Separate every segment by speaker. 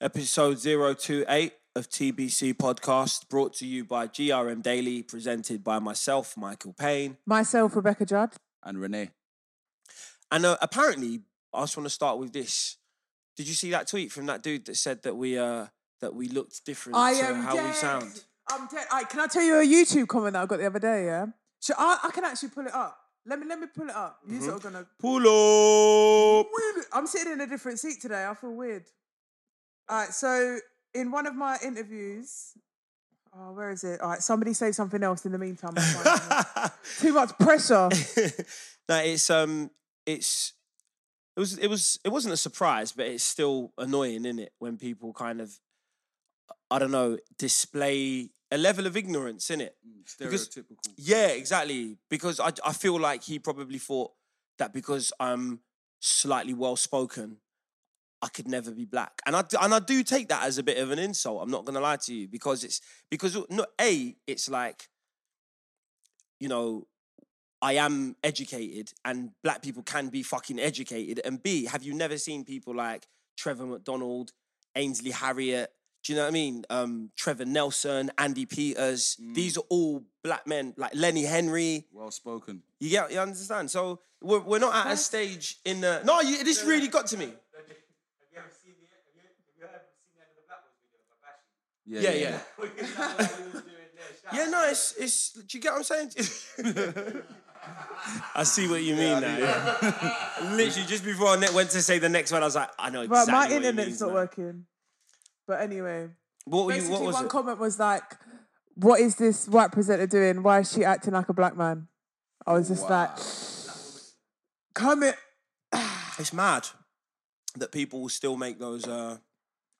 Speaker 1: Episode 028 of TBC Podcast, brought to you by GRM Daily, presented by myself, Michael Payne.
Speaker 2: Myself, Rebecca Judd.
Speaker 3: and Renee.
Speaker 1: And uh, apparently, I just want to start with this. Did you see that tweet from that dude that said that we uh, that we looked different
Speaker 2: I
Speaker 1: to
Speaker 2: am
Speaker 1: how
Speaker 2: dead.
Speaker 1: we sound?
Speaker 2: I'm dead. All right, can I tell you a YouTube comment that I got the other day? Yeah, Should I, I can actually pull it up. Let me let me pull it up.
Speaker 1: Mm-hmm.
Speaker 2: You sort of gonna.
Speaker 1: Pull up.
Speaker 2: Weird. I'm sitting in a different seat today. I feel weird. All right, so in one of my interviews, oh, where is it? All right, somebody say something else in the meantime. I'll find it. Too much pressure.
Speaker 1: no, it's um, it's it was it was it wasn't a surprise, but it's still annoying, isn't it? When people kind of, I don't know, display a level of ignorance in it. Because-
Speaker 3: Stereotypical.
Speaker 1: Yeah, exactly. Because I I feel like he probably thought that because I'm slightly well spoken, I could never be black, and I d- and I do take that as a bit of an insult. I'm not gonna lie to you because it's because no a it's like, you know, I am educated, and black people can be fucking educated. And B, have you never seen people like Trevor McDonald, Ainsley Harriet? Do you know what I mean? Um, Trevor Nelson, Andy Peters. These are all black men, like Lenny Henry.
Speaker 3: Well spoken.
Speaker 1: You get, you understand? So we're, we're not at a stage in the. No, you, this really got to me.
Speaker 3: Yeah,
Speaker 1: Yeah, yeah. Yeah, no, it's it's. Do you get what I'm saying? I see what you mean now. yeah. Literally, just before I ne- went to say the next one, I was like, I know
Speaker 2: Right,
Speaker 1: exactly.
Speaker 2: my
Speaker 1: what you
Speaker 2: internet's
Speaker 1: mean,
Speaker 2: not
Speaker 1: man.
Speaker 2: working. But anyway,
Speaker 1: What, were you,
Speaker 2: basically,
Speaker 1: what was
Speaker 2: one
Speaker 1: it?
Speaker 2: comment was like, "What is this white presenter doing? Why is she acting like a black man?" I was just like, "Come it."
Speaker 1: It's mad that people will still make those. Uh...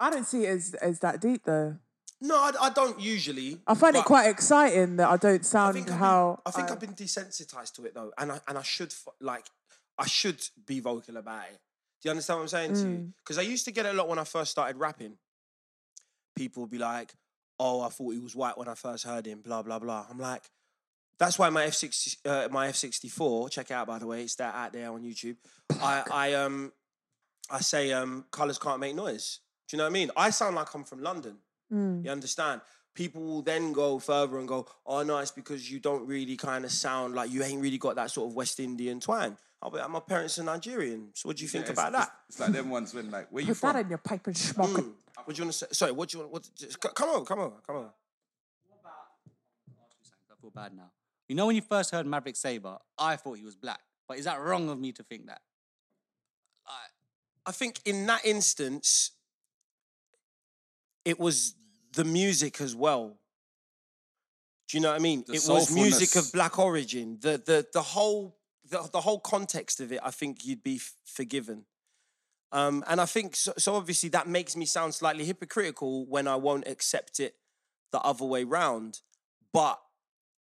Speaker 2: I don't see it as as that deep though.
Speaker 1: No, I, I don't usually.
Speaker 2: I find it
Speaker 1: but
Speaker 2: quite exciting that I don't
Speaker 1: I
Speaker 2: sound
Speaker 1: think I've
Speaker 2: how.
Speaker 1: been, I think I've been desensitized to it though, and I and I should f- like I should be vocal about it. Do you understand what I'm saying to you? Because I used to get it a lot when I first started rapping. People would be like, "Oh, I thought he was white when I first heard him." Blah blah blah. I'm like, that's why my F sixty uh, my F sixty four. Check it out by the way, it's that out there on YouTube. I I um I say um colors can't make noise. Do you know what I mean? I sound like I'm from London. You understand? People will then go further and go, oh no, it's because you don't really kind of sound like you ain't really got that sort of West Indian twang. I'll be, my parents are Nigerian, so what do you think
Speaker 3: Yeah, it's-
Speaker 1: about
Speaker 3: it's-
Speaker 1: that?
Speaker 3: It's like them ones when like, where you
Speaker 2: Put that
Speaker 3: from?
Speaker 2: in your pipe and smoke
Speaker 1: Mm.
Speaker 2: it.
Speaker 1: What do you want to say? Sorry, what do you want? What, just, c- come on, come on, come on.
Speaker 4: I feel bad now. You know, when you first heard Maverick Saber, I thought he was black. But is that wrong of me to think that?
Speaker 1: I think in that instance, it was the music as well. Do you know what I mean?
Speaker 3: The
Speaker 1: it was music of
Speaker 3: soulfulness.
Speaker 1: black origin. The the the whole the, the whole context of it. I think you'd be f- forgiven. Um, and I think so, so. Obviously, that makes me sound slightly hypocritical when I won't accept it the other way round. But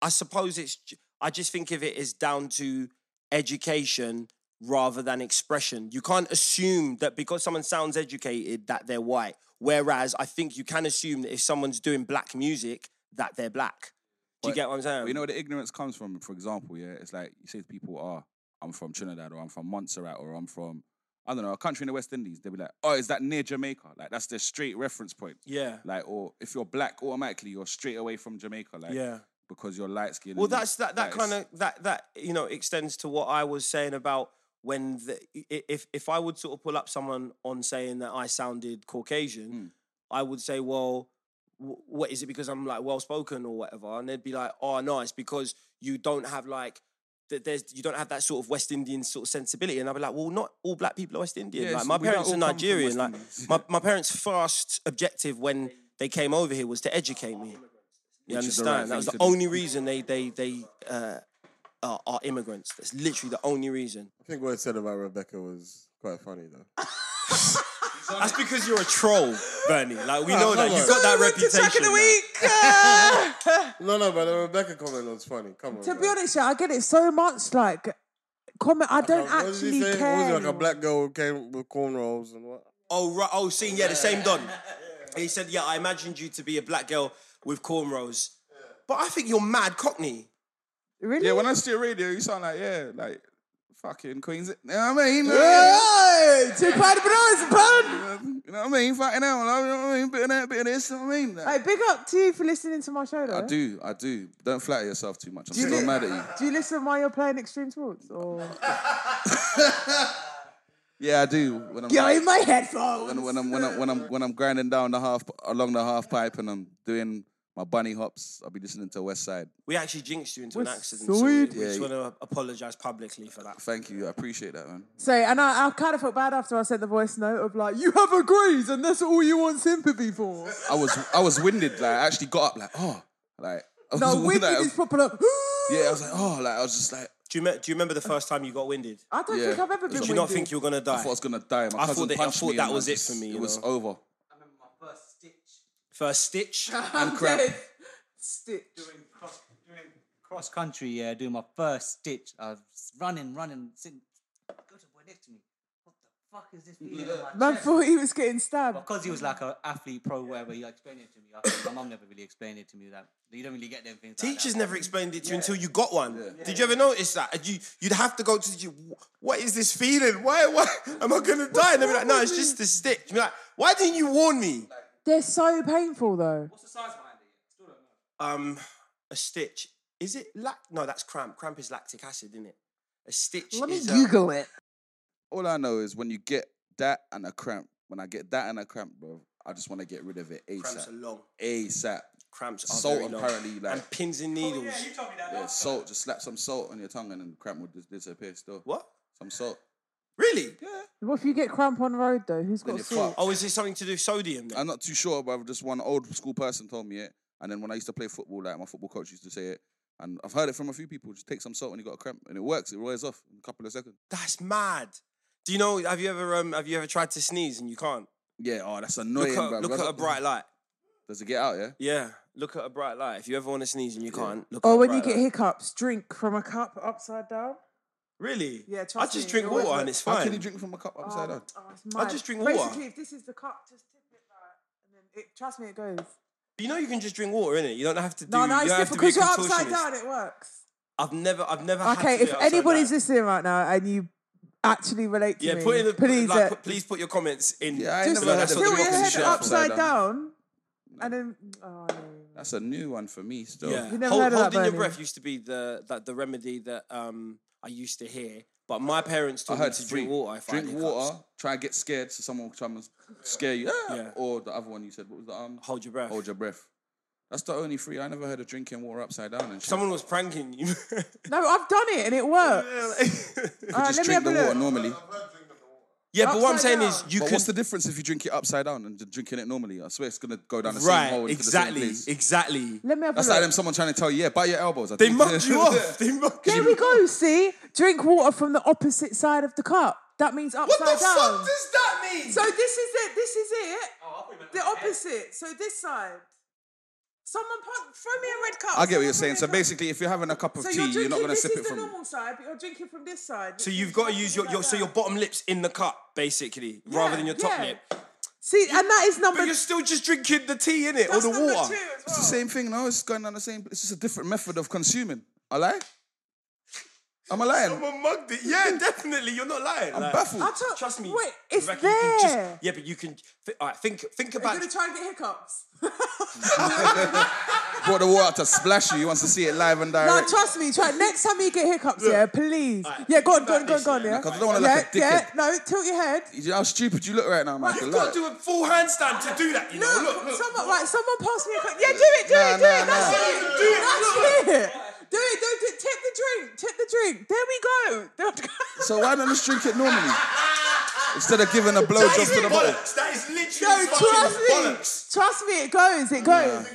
Speaker 1: I suppose it's. j- I just think of it as down to education rather than expression. You can't assume that because someone sounds educated that they're white. Whereas I think you can assume that if someone's doing black music that they're black. Do you
Speaker 3: But-
Speaker 1: get what I'm saying?
Speaker 3: But you know where the ignorance comes from, for example, yeah? It's like you say to people, oh, I'm from Trinidad or I'm from Montserrat or I'm from, I don't know, a country in the West Indies. They'll be like, oh, is that near Jamaica? Like, that's their straight reference point.
Speaker 1: Yeah.
Speaker 3: Like, or if you're black, automatically you're straight away from Jamaica. Like,
Speaker 1: Yeah.
Speaker 3: Because you're light skinned.
Speaker 1: Well, that's that that kind
Speaker 3: of.
Speaker 1: of that that you know extends to what I was saying about when the, i- if if I would sort of pull up someone on saying that I sounded Caucasian,
Speaker 3: Hmm.
Speaker 1: I would say, well, wh- what is it because I'm like well spoken or whatever? And they'd be like, oh no, it's because you don't have like. th- There's, you don't have that sort of West Indian sort of sensibility, and I'd be like, well, not all black people are West Indian.
Speaker 3: Yeah,
Speaker 1: like
Speaker 3: it's-
Speaker 1: my
Speaker 3: we don't
Speaker 1: parents
Speaker 3: all
Speaker 1: are
Speaker 3: come from
Speaker 1: Nigerian.
Speaker 3: West
Speaker 1: Like
Speaker 3: Indians.
Speaker 1: my, my parents' first objective when they came over here was to educate me. You
Speaker 3: Which is the right thing
Speaker 1: understand? That was
Speaker 3: to
Speaker 1: the
Speaker 3: do.
Speaker 1: only reason they they they uh, are, are immigrants. That's literally the only reason.
Speaker 5: I think what it said about Rebecca was quite funny though.
Speaker 1: That's because you're a troll, Bernie. Like we know
Speaker 5: come
Speaker 1: that
Speaker 5: on.
Speaker 1: you've got that
Speaker 2: Sorry, we're to Track
Speaker 1: reputation.
Speaker 2: of the
Speaker 1: now.
Speaker 2: week. Uh,
Speaker 5: No, no, but the Rebecca comment was funny. Come on.
Speaker 2: to
Speaker 5: bro.
Speaker 2: be honest, yeah, I get it so much. Like, comment. I don't
Speaker 5: What did
Speaker 2: actually
Speaker 5: he say?
Speaker 2: care.
Speaker 5: What was it, like a
Speaker 2: anymore.
Speaker 5: black girl who came with cornrows and what?
Speaker 1: Oh right. Oh, seen. Yeah, the same Don. He said, "Yeah, I imagined you to be a black girl with cornrows, but I think you're mad cockney."
Speaker 2: Really?
Speaker 3: Yeah, when I see the radio, you sound like, yeah, like fucking Queens. You know what I mean?
Speaker 2: Hey, two pound bros, pound.
Speaker 3: um, You know what I mean? Fucking hell, you know what I mean? Bit of that, bit of this, you know what I mean? Like,
Speaker 2: Hey, big up to you for listening to my show, though.
Speaker 3: I do, I do. Don't flatter yourself too much. I'm
Speaker 2: you
Speaker 3: still
Speaker 2: li-
Speaker 3: mad at you.
Speaker 2: Do you listen while you're playing extreme sports? Or
Speaker 3: Yeah, I do. When I'm
Speaker 2: you're
Speaker 3: like-
Speaker 2: in my headphones.
Speaker 3: when, when I'm when I'm when I'm when I'm grinding down the half along the half pipe and I'm doing my bunny hops, I'll be listening to West Side.
Speaker 1: We actually jinxed you into an
Speaker 2: We're
Speaker 1: accident. So we, we
Speaker 2: sweet.
Speaker 3: Yeah.
Speaker 1: just want to apologise publicly for that.
Speaker 3: Thank you, I appreciate that, man.
Speaker 2: So, and I, I kind of felt bad after I sent the voice note of like, you have agrees, and that's all you want sympathy for.
Speaker 3: I was I was winded, like I actually got up, like oh, like I was
Speaker 2: No, wicked
Speaker 3: like,
Speaker 2: is proper. Like,
Speaker 3: yeah, I was like oh, like I was just like
Speaker 1: Do you, me- do you remember the first time you got winded?
Speaker 2: I don't
Speaker 3: yeah.
Speaker 2: think I've ever
Speaker 3: Did
Speaker 2: been.
Speaker 1: Did you not think you were gonna die?
Speaker 3: I thought I was gonna die. My
Speaker 1: I
Speaker 3: cousin
Speaker 1: thought that- I
Speaker 3: punched
Speaker 1: thought
Speaker 3: me and
Speaker 1: that
Speaker 3: I
Speaker 1: was it
Speaker 3: just-
Speaker 1: for me, you
Speaker 3: It was
Speaker 1: know?
Speaker 3: over.
Speaker 4: I remember my first stitch
Speaker 1: First stitch.
Speaker 2: I'm
Speaker 3: crap.
Speaker 2: dead. Stitch.
Speaker 4: doing cross doing cross country. Yeah, doing my first stitch. I was running, running. Sitting, go to the boy next to me. What the fuck is this feeling? in my
Speaker 2: Man
Speaker 4: chest?"
Speaker 2: thought he was getting stabbed.
Speaker 4: because he was like an athlete pro, whatever. He explained it to me. I think my mum never really explained it to me that you don't really get them things. like
Speaker 1: Teachers
Speaker 4: that.
Speaker 1: never explained it to you until you got one. Did you ever notice that? And You you'd have to go to the gym. "Wh- What is this feeling? Why why am I gonna die? And they'd be like, no, it's just the stitch. You'd be like, why didn't you warn me?
Speaker 2: They're so painful though.
Speaker 4: What's the science behind it? Still don't know.
Speaker 1: Um, a stitch. Is it lac? No, that's cramp. Cramp is lactic acid, isn't it? A stitch.
Speaker 2: Let me
Speaker 1: is, uh,
Speaker 2: Google it.
Speaker 3: All I know is when you get that and a cramp, when I get that and a cramp, bro, I just want to get rid of it
Speaker 1: Cramps are
Speaker 3: asap.
Speaker 1: long.
Speaker 3: ASAP.
Speaker 1: Cramps are
Speaker 3: Salt
Speaker 1: very long.
Speaker 3: apparently, like-
Speaker 1: and pins and needles.
Speaker 3: Yeah, salt. Just slap some salt on your tongue and then cramp would just disappear. Still.
Speaker 1: What?
Speaker 3: Some salt.
Speaker 1: Really?
Speaker 2: What if you get cramp on the road though? Who's
Speaker 3: Then
Speaker 2: got
Speaker 3: you're
Speaker 2: salt?
Speaker 3: fucked.
Speaker 1: Oh, is it something to do with sodium? Then?
Speaker 3: I'm not too sure, but just one old school person told me it. And then when I used to play football, like my football coach used to say it. And I've heard it from a few people. Just take some salt when you got a cramp, and it works. It wears off in a couple of seconds.
Speaker 1: That's mad. Do you know? Have you ever um, have you ever tried to sneeze and you can't?
Speaker 3: Yeah. Oh, that's
Speaker 1: Look
Speaker 3: annoying.
Speaker 1: at,
Speaker 3: bruv.
Speaker 1: look at
Speaker 3: That's-
Speaker 1: a bright light.
Speaker 3: Does it get out? Yeah.
Speaker 1: Yeah, look at a bright light. If you ever want to sneeze and you can't, look. at
Speaker 2: Or
Speaker 1: a
Speaker 2: Oh, when you
Speaker 1: bright
Speaker 2: get
Speaker 1: light.
Speaker 2: hiccups, drink from a cup upside down.
Speaker 1: really?
Speaker 2: Yeah,
Speaker 1: I
Speaker 2: trust
Speaker 1: just
Speaker 2: me,
Speaker 1: drink
Speaker 2: it always
Speaker 1: water and
Speaker 2: works.
Speaker 1: it's
Speaker 3: How
Speaker 1: fine.
Speaker 3: can you drink from a cup upside down?
Speaker 2: Oh, it's mad.
Speaker 1: just drink
Speaker 2: Basically,
Speaker 1: water.
Speaker 2: if this is the cup, just tip it like, and then it. Trust me, it goes.
Speaker 1: You know you can just drink water in it. You don't have to do.
Speaker 2: No, no,
Speaker 1: you
Speaker 2: it's
Speaker 1: don't have
Speaker 2: different
Speaker 1: to be a
Speaker 2: because you're upside down.
Speaker 1: contortionist.
Speaker 2: It works.
Speaker 1: I've never, I've never. had
Speaker 2: Okay,
Speaker 1: to
Speaker 2: if
Speaker 1: do it upside
Speaker 2: anybody's
Speaker 1: down.
Speaker 2: listening right now and you actually relate to
Speaker 1: yeah,
Speaker 2: me,
Speaker 1: put in the
Speaker 2: please,
Speaker 1: please, like,
Speaker 2: uh,
Speaker 1: put, please put your comments in.
Speaker 3: Yeah, I ain't
Speaker 2: just
Speaker 3: never heard
Speaker 1: that's
Speaker 3: that.
Speaker 1: what
Speaker 2: tilt
Speaker 1: the
Speaker 2: your
Speaker 1: fucking
Speaker 2: head
Speaker 1: shit
Speaker 2: upside
Speaker 1: upside
Speaker 2: down, and then. Oh, no.
Speaker 3: That's a new one for me. Still.
Speaker 1: Yeah.
Speaker 2: You never
Speaker 1: Hold,
Speaker 2: heard of that,
Speaker 1: holding your
Speaker 2: Bernie?
Speaker 1: breath used to be the that the remedy that um I used to hear, but my parents
Speaker 3: I
Speaker 1: taught me
Speaker 3: heard
Speaker 1: to
Speaker 3: three.
Speaker 1: drink water. If I had
Speaker 3: drink
Speaker 1: hiccups.
Speaker 3: water. Try and get scared so someone will try and scare you. Ah!
Speaker 1: Yeah.
Speaker 3: Or the other one you said. What was the um?
Speaker 1: Hold your breath.
Speaker 3: Hold your breath. That's the only three. I never heard of drinking water upside down and shit.
Speaker 1: Someone was pranking you.
Speaker 2: no, I've done it and it works.
Speaker 3: You
Speaker 2: Alright,
Speaker 3: just
Speaker 2: let me
Speaker 3: drink the
Speaker 2: have a
Speaker 3: water
Speaker 2: look.
Speaker 3: normally.
Speaker 1: yeah, but what I'm
Speaker 2: Upside
Speaker 1: saying is
Speaker 2: down.
Speaker 1: you
Speaker 3: But
Speaker 1: can.
Speaker 3: what's the difference if you drink it upside down and just drinking it normally? I swear it's gonna go down the same hole.
Speaker 1: Right,
Speaker 3: into the
Speaker 1: exactly,
Speaker 3: same place.
Speaker 1: exactly.
Speaker 2: Let me have
Speaker 3: That's
Speaker 2: a
Speaker 3: like
Speaker 2: look.
Speaker 3: them someone trying to tell you, yeah, bite your elbows. I
Speaker 1: They
Speaker 3: think.
Speaker 1: mugged you off. They mugged
Speaker 2: there
Speaker 1: you
Speaker 2: we go. See, drink water from the opposite side of the cup. That means upside
Speaker 1: What the
Speaker 2: down.
Speaker 1: fuck does that mean?
Speaker 2: So this is it. This is it. the opposite. So this side. Someone put, throw me a red cup.
Speaker 3: I get what you're saying.
Speaker 2: Someone throw
Speaker 3: So
Speaker 2: me a cup.
Speaker 3: basically, if you're having a cup of
Speaker 2: So
Speaker 3: tea, you're,
Speaker 2: drinking.
Speaker 3: not gonna
Speaker 2: this
Speaker 3: sip
Speaker 2: is
Speaker 3: it
Speaker 2: the
Speaker 3: from.
Speaker 2: normal side, but you're drinking from this side.
Speaker 1: So you've got to use your, your so your bottom lip's in the cup basically, rather than your top
Speaker 2: yeah.
Speaker 1: lip.
Speaker 2: See, and that is number.
Speaker 1: But you're still just drinking the tea in it or
Speaker 2: that's
Speaker 1: the
Speaker 2: number
Speaker 1: water.
Speaker 2: Two as well.
Speaker 3: It's the same thing. No, it's going down the same. It's just a different method of consuming. I lie. Am I lying?
Speaker 1: Someone mugged it. Yeah, definitely. You're not lying.
Speaker 3: I'm
Speaker 1: Like,
Speaker 3: baffled.
Speaker 2: I told-
Speaker 1: Trust me.
Speaker 2: Wait,
Speaker 1: you
Speaker 2: it's
Speaker 1: reckon you can just-
Speaker 2: there.
Speaker 1: yeah, but you can. Th- all right, think think
Speaker 2: You're
Speaker 1: about.
Speaker 2: gonna try and get hiccups.
Speaker 3: Brought the water to splash you. He wants to see it live and
Speaker 2: No,
Speaker 3: direct.
Speaker 2: trust me. Try next time you get hiccups, yeah, please.
Speaker 1: Alright,
Speaker 2: Yeah, go on,
Speaker 1: think
Speaker 2: go on,
Speaker 1: about
Speaker 2: go on,
Speaker 1: this,
Speaker 2: go on.
Speaker 1: yeah.
Speaker 2: Yeah,
Speaker 3: Because I don't want to
Speaker 2: yeah,
Speaker 3: look like a dickhead.
Speaker 2: yeah. No, tilt your head.
Speaker 3: You know how stupid you look right now, Michael.
Speaker 1: You've got
Speaker 3: Look.
Speaker 1: to do a full handstand to do that. You
Speaker 2: No,
Speaker 1: know. Look, look.
Speaker 2: someone, right, someone pass me a cup. Yeah, do it, do
Speaker 3: Nah,
Speaker 2: it, do
Speaker 3: nah,
Speaker 2: it. That's
Speaker 3: nah.
Speaker 2: it.
Speaker 1: Do it,
Speaker 2: That's it. Do it, do it. Tip the drink, tip the drink. There we go. There we go.
Speaker 3: So why don't you drink it normally? Instead of giving a
Speaker 1: That
Speaker 3: blowjob
Speaker 1: is
Speaker 3: to the bottle.
Speaker 1: bollocks. That is literally
Speaker 2: No, trust
Speaker 1: fucking
Speaker 2: me.
Speaker 1: bollocks.
Speaker 2: Trust me, it goes, it goes.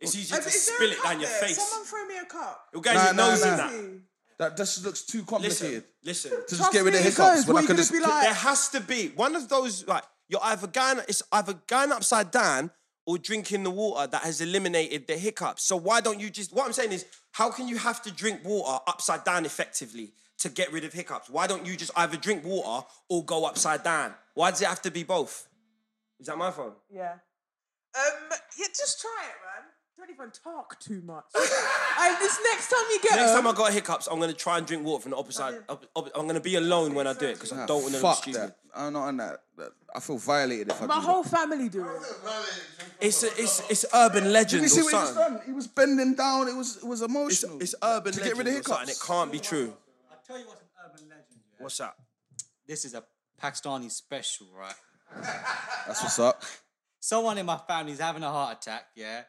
Speaker 1: It's easier
Speaker 2: Is-
Speaker 1: to
Speaker 2: is there a
Speaker 1: spill it
Speaker 2: cup
Speaker 1: down your
Speaker 2: there?
Speaker 1: face.
Speaker 2: Someone throw me a cup.
Speaker 1: It'll go in
Speaker 3: Nah,
Speaker 1: your
Speaker 3: nah,
Speaker 1: nose
Speaker 3: nah.
Speaker 1: and that.
Speaker 2: Please.
Speaker 3: That just looks too
Speaker 1: Listen,
Speaker 3: complicated.
Speaker 1: listen.
Speaker 3: To just
Speaker 2: Trust
Speaker 3: get rid of
Speaker 2: me, it
Speaker 3: hiccups
Speaker 2: goes.
Speaker 3: when
Speaker 2: What
Speaker 3: I
Speaker 2: you
Speaker 3: could
Speaker 2: gonna
Speaker 3: just
Speaker 2: be like?
Speaker 1: There has to be one of those like you're either going it's either going upside down or drinking the water that has eliminated the hiccups. So why don't you just what I'm saying is how can you have to drink water upside down effectively to get rid of hiccups? Why don't you just either drink water or go upside down? Why does it have to be both? Is that my phone?
Speaker 2: Yeah. Um, yeah, just try it, man. Don't even talk too much. and this next time you get
Speaker 1: Next
Speaker 2: them-
Speaker 1: time I got hiccups, I'm gonna try and drink water from the opposite. Op, op- I'm gonna be alone when I do it because I don't want to look
Speaker 3: Fuck
Speaker 1: stupid.
Speaker 3: that. I'm not on that. That- I feel violated if I
Speaker 2: my
Speaker 3: do
Speaker 2: whole
Speaker 3: that.
Speaker 2: family do it.
Speaker 1: It's a, it's it's urban legend
Speaker 3: Did you see
Speaker 1: or
Speaker 3: what he was
Speaker 1: something.
Speaker 3: done? He was bending down. It was it was
Speaker 1: It's,
Speaker 3: emotional.
Speaker 1: it's urban
Speaker 3: to
Speaker 1: legend
Speaker 3: get rid of
Speaker 1: or something. It
Speaker 3: hiccups.
Speaker 1: can't be true.
Speaker 4: I'll tell you what's an urban legend. Yeah?
Speaker 1: What's that?
Speaker 4: This is a Pakistani special, right?
Speaker 3: That's what's up.
Speaker 4: Someone in my family's having a heart attack, yeah?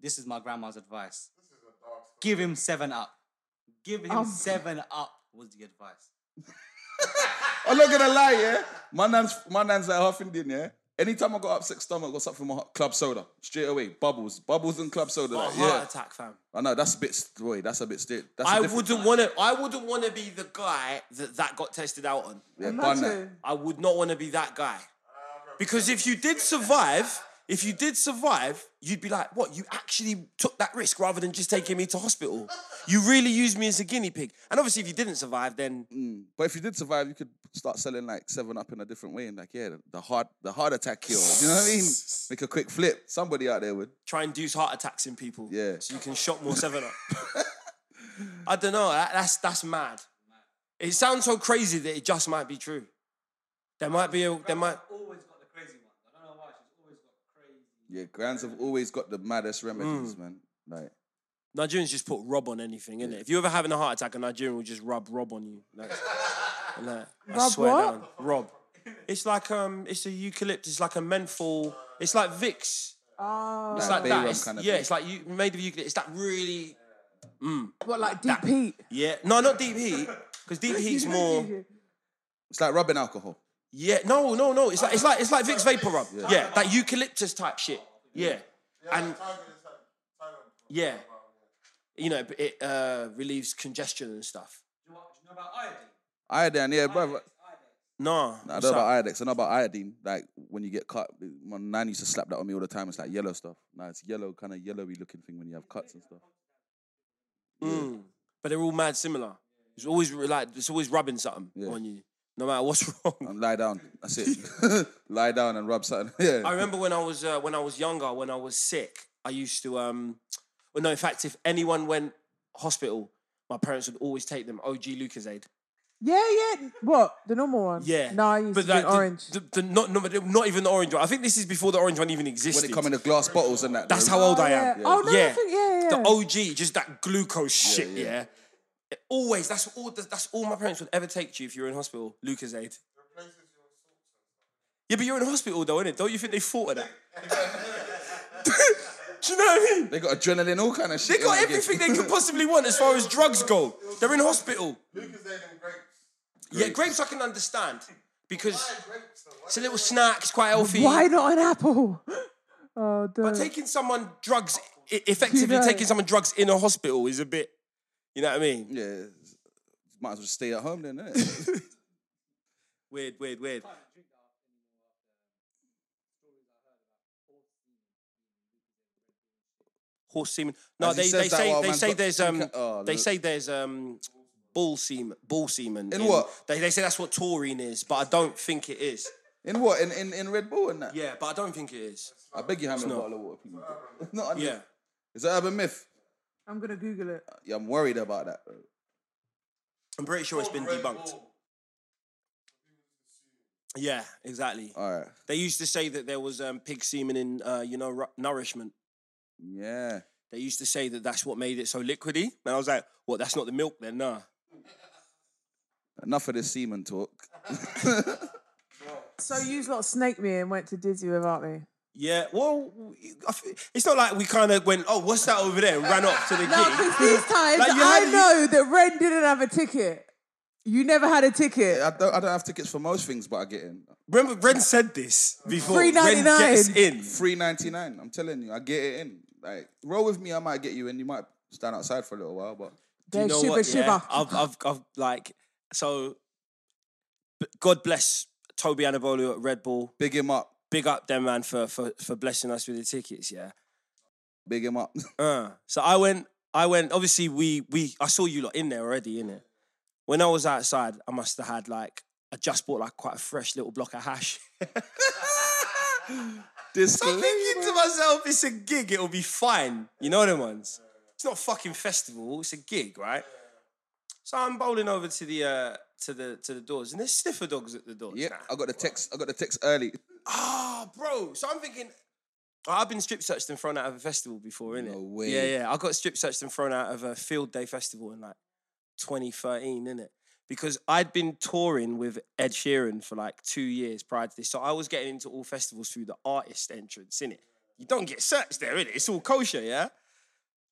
Speaker 4: This is my grandma's advice. Give him seven up. Give him seven up was the advice.
Speaker 3: I'm not gonna lie, yeah. My nan's my nan's like half Indian, yeah. Anytime I got upset stomach, I got something from club soda straight away. Bubbles, bubbles, and club soda.
Speaker 1: But
Speaker 3: like,
Speaker 1: heart
Speaker 3: yeah,
Speaker 1: attack, fam.
Speaker 3: I know that's a bit. Boy, that's a bit. sti- That's a
Speaker 1: I
Speaker 3: different-
Speaker 1: wouldn't want to. I wouldn't want to be the guy that that got tested out on.
Speaker 3: Yeah, bun that.
Speaker 2: Imagine.
Speaker 1: I would not want to be that guy. Because if you did survive, if you did survive, you'd be like, what? You actually took that risk rather than just taking me to hospital. You really used me as a guinea pig. And obviously, if you didn't survive, then
Speaker 3: But if you did survive, you could start selling like Seven Up in a different way, and like yeah, the heart, the heart attack cure. You know what I mean? Make a quick flip. Somebody out there would.
Speaker 1: try and induce heart attacks in people.
Speaker 3: Yeah.
Speaker 1: So you can shop more 7 Up. I don't know. That, that's, that's mad. It sounds so crazy that it just might be true. There might be a. There might.
Speaker 4: Always got the crazy ones. I don't know why she's always got crazy.
Speaker 3: Yeah, grands have always got the maddest
Speaker 1: Mm.
Speaker 3: remedies, man. Like
Speaker 1: Nigerians just put rub on anything, innit? If you're ever having a heart attack, a Nigerian will just rub rub on you. Like, like, I
Speaker 2: Rub
Speaker 1: swear
Speaker 2: what?
Speaker 1: down, rub. It's like um, it's a eucalyptus, like a menthol. It's like Vicks.
Speaker 2: Oh,
Speaker 1: It's
Speaker 3: Nah,
Speaker 1: like
Speaker 3: bay
Speaker 1: that.
Speaker 3: rum
Speaker 1: It's-
Speaker 3: kind of
Speaker 1: yeah,
Speaker 3: thing.
Speaker 1: it's like you made of eucalyptus. It's that really.
Speaker 2: what like deep heat?
Speaker 1: Yeah, no, not deep heat, because deep heat's more.
Speaker 3: it's like rubbing alcohol.
Speaker 1: Yeah, no, no, no. It's like it's like it's like Vicks vapor rub. Yeah, that eucalyptus type shit. Yeah, and yeah, you know, it uh, relieves congestion and stuff.
Speaker 4: Do you, know, do you know about iodine?
Speaker 3: Iodine, yeah, brother.
Speaker 1: No,
Speaker 3: I don't know about iodine. I know about iodine. Like when you get cut, my nan used to slap that on me all the time. It's like yellow stuff. Now it's yellow, kind of yellowy looking thing when you have cuts and stuff.
Speaker 1: Mm. But they're all mad similar. It's always re- like it's always rubbing something on you, no matter what's wrong.
Speaker 3: And lie down. That's it. lie down and rub something. Yeah.
Speaker 1: I remember when I was uh, when I was younger, when I was sick, I used to um, well no, in fact, if anyone went hospital, my parents would always take them OG Lucasade.
Speaker 2: Yeah, yeah. What the normal one?
Speaker 1: Yeah,
Speaker 2: No, I used to
Speaker 1: like,
Speaker 2: drink orange.
Speaker 1: The, the, the- not no, but not even the orange one. I think this is before the orange one even existed.
Speaker 3: when it come in the glass bottles and that.
Speaker 1: That's
Speaker 3: though.
Speaker 1: how old I
Speaker 2: yeah.
Speaker 1: am.
Speaker 2: Oh, no, I think- yeah, yeah.
Speaker 1: The OG, just that glucose shit, yeah. It always, that's all that's all my parents would ever take you if you're in hospital, Lucasade. Yeah, but you're in hospital though, innit? Don't you think they thought of that? Do you know what I mean?
Speaker 3: They got adrenaline, all kind of shit.
Speaker 1: They got
Speaker 3: in that
Speaker 1: everything
Speaker 3: game.
Speaker 1: they could possibly want as far as drugs go. They're in hospital. Yeah, grapes I can understand because it's a little snack, it's quite healthy.
Speaker 2: Why not an apple? Oh, dude.
Speaker 1: But taking someone drugs, i- effectively
Speaker 2: You know-
Speaker 1: taking someone drugs in a hospital is a bit, you know what I mean?
Speaker 3: Yeah. Might as well stay at home then, innit?
Speaker 1: Weird, weird, weird. Horse semen. No,
Speaker 3: As he
Speaker 1: they,
Speaker 3: says
Speaker 1: they
Speaker 3: that
Speaker 1: say
Speaker 3: while
Speaker 1: they
Speaker 3: man's
Speaker 1: say
Speaker 3: got
Speaker 1: there's
Speaker 3: two
Speaker 1: um
Speaker 3: ca- oh,
Speaker 1: they
Speaker 3: look.
Speaker 1: say there's um ball semen ball semen
Speaker 3: In what?
Speaker 1: they they say that's what taurine is, but I don't think it is.
Speaker 3: in what? In, in in Red Bull and that?
Speaker 1: Yeah, but I don't think it is.
Speaker 3: I beg you, hand me a
Speaker 1: not.
Speaker 3: bottle of water, please. Not on
Speaker 1: Yeah,
Speaker 3: It's an urban myth.
Speaker 2: I'm gonna Google it.
Speaker 3: Yeah, I'm worried about that. Bro.
Speaker 1: I'm pretty sure it's been debunked. Yeah, exactly.
Speaker 3: All right.
Speaker 1: They used to say that there was um, pig semen in, uh, you know, ru- nourishment.
Speaker 3: Yeah.
Speaker 1: They used to say that that's what made it so liquidy. And I was like, what, that's not the milk then? Nah.
Speaker 3: Enough of this semen talk.
Speaker 2: So you lot snaked me and went to Dizzy without me.
Speaker 1: Yeah, well, I fe- it's not like we kind of went, oh, what's that over there? And ran off to the
Speaker 2: No,
Speaker 1: key.
Speaker 2: because these times
Speaker 1: Like, you had-
Speaker 2: I
Speaker 1: you-
Speaker 2: know that Ren didn't have a ticket. You never had a ticket.
Speaker 3: I don't, I don't have tickets for most things, but I get in.
Speaker 1: Remember, Ren said this before. Ren
Speaker 2: $3.99.
Speaker 1: gets in.
Speaker 3: Three ninety nine. I'm telling you, I get it in. Like roll with me, I might get you in. You might stand outside for a little while, but
Speaker 1: Do
Speaker 2: There's
Speaker 1: you know
Speaker 2: shiver,
Speaker 1: what? Yeah,
Speaker 2: shiver.
Speaker 1: I've, I've, I've, like, so, b- God bless Toby Anabolu at Red Bull.
Speaker 3: big him up,
Speaker 1: Big up them, man, for, for, for blessing us with the tickets, yeah.
Speaker 3: big him up.
Speaker 1: Uh, so I went, I went, obviously we, we, I saw you lot in there already, innit? When I was outside, I must have had like, I just bought like quite a fresh little block of hash.
Speaker 3: this
Speaker 1: So I'm thinking to myself, it's a gig, it'll be fine. You know them ones. It's not a fucking festival, it's a gig, right? So I'm bowling over to the uh, to the to the doors, and there's sniffer dogs at the doors.
Speaker 3: Yeah,
Speaker 1: now.
Speaker 3: I got the text. I got the text early.
Speaker 1: Ah, bro. So I'm thinking, oh, I've been strip searched and thrown out of a festival before, innit?
Speaker 3: No way.
Speaker 1: Yeah, yeah. I got strip searched and thrown out of a field day festival in like 2013, innit? Because I'd been touring with Ed Sheeran for like two years prior to this. So I was getting into all festivals through the artist entrance, innit? You don't get searched there, innit? It's all kosher, yeah?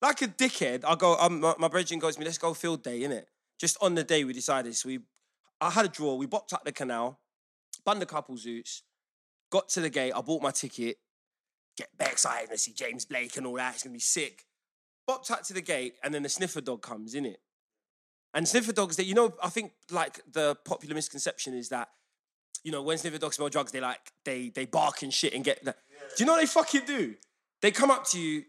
Speaker 1: Like a dickhead, I go, um, my, my brethren goes to me, let's go field day, innit? Just on the day we decided. So we, I had a draw, we bopped up the canal, bun the couple zoots, got to the gate, I bought my ticket, get back excited and see James Blake and all that. It's gonna be sick. Bopped out to the gate, and then the sniffer dog comes in it. And sniffer dogs, that you know, I think like the popular misconception is that you know when sniffer dogs smell drugs, they like they they bark and shit and get. The, Do you know what they fucking do? They come up to you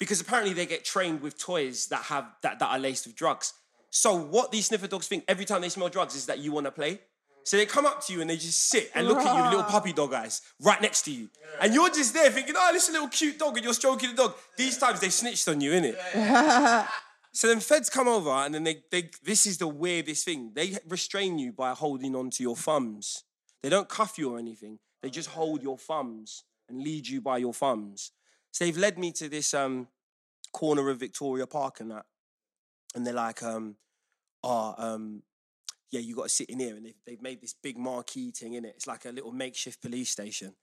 Speaker 1: because apparently they get trained with toys that have that that are laced with drugs. So what these sniffer dogs think every time they smell drugs is that you want to play. So they come up to you and they just sit and look at you, with little puppy dog eyes, right next to you, and you're just there thinking, "Oh, this is a little cute dog," and you're stroking the dog. These times they snitched on you, innit? So then feds come over and then they, they this is the weirdest thing. They restrain you by holding onto your thumbs. They don't cuff you or anything. They just hold your thumbs and lead you by your thumbs. So they've led me to this um, corner of Victoria Park and that. And they're like, um, oh, um, yeah, you got to sit in here. And they've, they've made this big marquee thing in it. It's like a little makeshift police station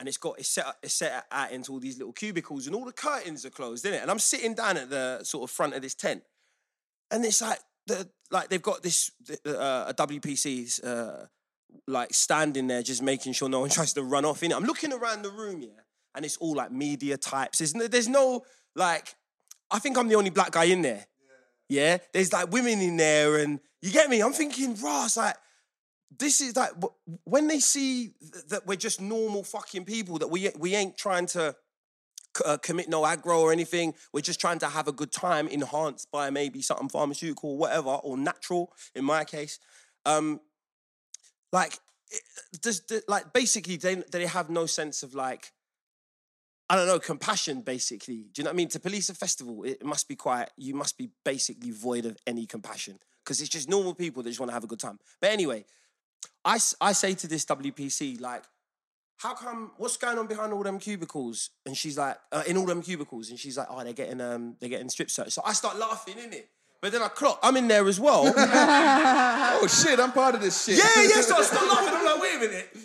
Speaker 1: and it's got it's set up, it's set out into all these little cubicles, and all the curtains are closed, is it? And I'm sitting down at the sort of front of this tent, and it's like the like they've got this the- uh, a WPC's uh, like standing there, just making sure no one tries to run off in it. I'm looking around the room, yeah, and it's all like media types. There's no, there's no like I think I'm the only black guy in there. Yeah, there's like women in there, and you get me. I'm thinking, rah, it's like this is like wh- when they see th- that we're just normal fucking people that we we ain't trying to c- uh, commit no aggro or anything. We're just trying to have a good time, enhanced by maybe something pharmaceutical, or whatever, or natural in my case. Um, like, it- does the, like basically they they have no sense of like. I don't know, compassion basically. Do you know what I mean? To police a festival, it must be quiet. You must be basically void of any compassion because it's just normal people that just want to have a good time. But anyway, I, s- I say to this WPC, like, how come, what's going on behind all them cubicles? And she's like, uh, in all them cubicles. And she's like, oh, they're getting, um, they're getting strip searched. So I start laughing, innit? But then I clock, I'm in there as well. yeah,
Speaker 3: Oh shit! I'm part of this shit.
Speaker 1: yeah. So I start laughing. I'm like, wait a minute.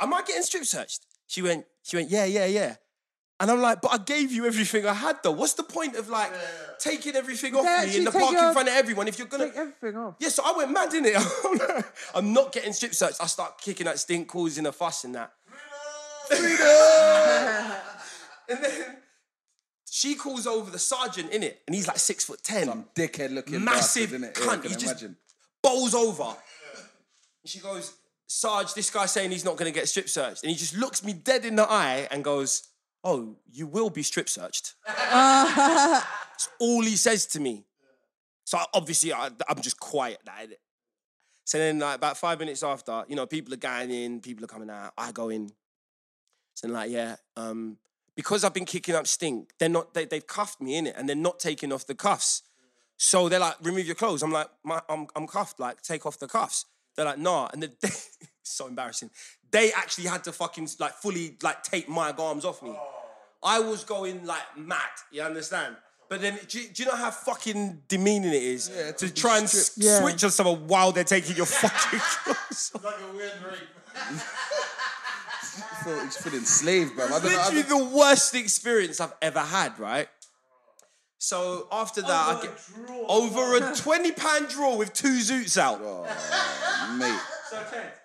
Speaker 1: Am I getting strip searched? She went, she went, yeah, yeah, yeah. And I'm like, but I gave you everything I had though. What's the point of like taking everything off
Speaker 2: They
Speaker 1: me in
Speaker 2: actually
Speaker 1: the
Speaker 2: take
Speaker 1: park in
Speaker 2: your-
Speaker 1: front of everyone if you're gonna
Speaker 2: Take everything off.
Speaker 1: yeah, so I went mad in it. I'm not getting strip searched. I start kicking at stink, causing a fuss and that. and then she calls over the sergeant in it, and he's like six foot ten,
Speaker 3: Some dickhead looking
Speaker 1: massive
Speaker 3: bastard, innit? Yeah, I
Speaker 1: cunt.
Speaker 3: can
Speaker 1: he just
Speaker 3: imagine.
Speaker 1: bowls over. And she goes, Sarge, this guy's saying he's not going to get strip searched, and he just looks me dead in the eye and goes, "Oh, you will be strip searched." That's all he says to me. So I- obviously, I, I'm just quiet. That so then, like about five minutes after, you know, people are going in, people are coming out. I go in. So then, like, yeah, um, because I've been kicking up stink, they're not they they've cuffed me in it and they're not taking off the cuffs. So they're like, remove your clothes. I'm like, my, I'm I'm cuffed. Like, take off the cuffs. They're like, nah. And the, they, so embarrassing. They actually had to fucking like fully like take my arms off me. I was going like mad. You understand? But then, do, you- do you know how fucking demeaning it is to try and s-
Speaker 2: Yeah.
Speaker 1: switch on someone while they're taking your fucking clothes off?
Speaker 5: Like a weird
Speaker 3: I feel, he's feeling enslaved, bro. I don't know. I
Speaker 1: literally
Speaker 3: don't,
Speaker 1: the worst experience I've ever had, right? So after that, I get over a 20 pound draw with two zoots out.
Speaker 3: mate,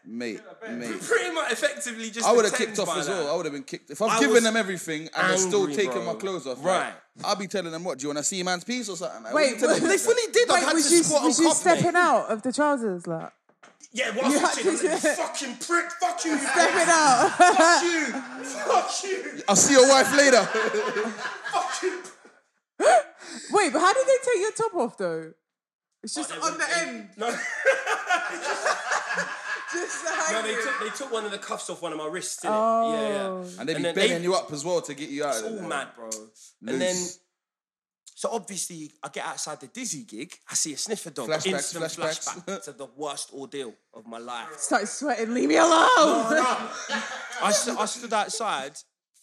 Speaker 3: mate, mate.
Speaker 1: Pretty much effectively just.
Speaker 3: I
Speaker 1: the
Speaker 3: would have
Speaker 1: tens
Speaker 3: kicked off
Speaker 1: by
Speaker 3: as
Speaker 1: now.
Speaker 3: well. I would have been kicked. If I've
Speaker 1: I
Speaker 3: given
Speaker 1: was
Speaker 3: them everything and they're still
Speaker 1: angry,
Speaker 3: taking
Speaker 1: bro.
Speaker 3: my clothes off, right?
Speaker 1: Right.
Speaker 3: I'll be telling them, what, do you want to see your man's piece or something? Like, what
Speaker 2: Wait,
Speaker 3: you telling
Speaker 2: what-
Speaker 3: me?
Speaker 1: They fully did. I've
Speaker 2: Wait,
Speaker 1: had
Speaker 2: was
Speaker 1: to
Speaker 2: you,
Speaker 1: squat
Speaker 2: was
Speaker 1: on
Speaker 2: you
Speaker 1: cop, mate.
Speaker 2: stepping out of the trousers? Like,
Speaker 1: Yeah, well, I
Speaker 2: You
Speaker 1: was
Speaker 2: had
Speaker 1: watching,
Speaker 2: to-
Speaker 1: I'm like, fucking prick, fuck you, you
Speaker 2: stepping
Speaker 1: fuck
Speaker 2: out.
Speaker 1: you, fuck you,
Speaker 3: I'll see your wife later.
Speaker 1: fuck you.
Speaker 2: Wait, but how did they take your top off though? It's just
Speaker 1: Oh, they
Speaker 2: on the
Speaker 1: wouldn't- they-
Speaker 2: end.
Speaker 1: No,
Speaker 2: Just like
Speaker 1: no, they took they took one of the cuffs off one of my wrists. Innit? Oh. Yeah, yeah.
Speaker 3: And they'd
Speaker 1: And
Speaker 3: be
Speaker 1: then
Speaker 3: bending
Speaker 1: they-
Speaker 3: you up as well to get you out
Speaker 1: It's
Speaker 3: of
Speaker 1: all
Speaker 3: there.
Speaker 1: mad, bro. And then,
Speaker 3: Loose.
Speaker 1: so obviously, I get outside the dizzy gig. I see a sniffer dog.
Speaker 3: Flashbacks,
Speaker 1: Instant
Speaker 3: flashbacks.
Speaker 1: flashback to the worst ordeal of my life.
Speaker 2: Started sweating. Leave me alone.
Speaker 1: I, st- I stood outside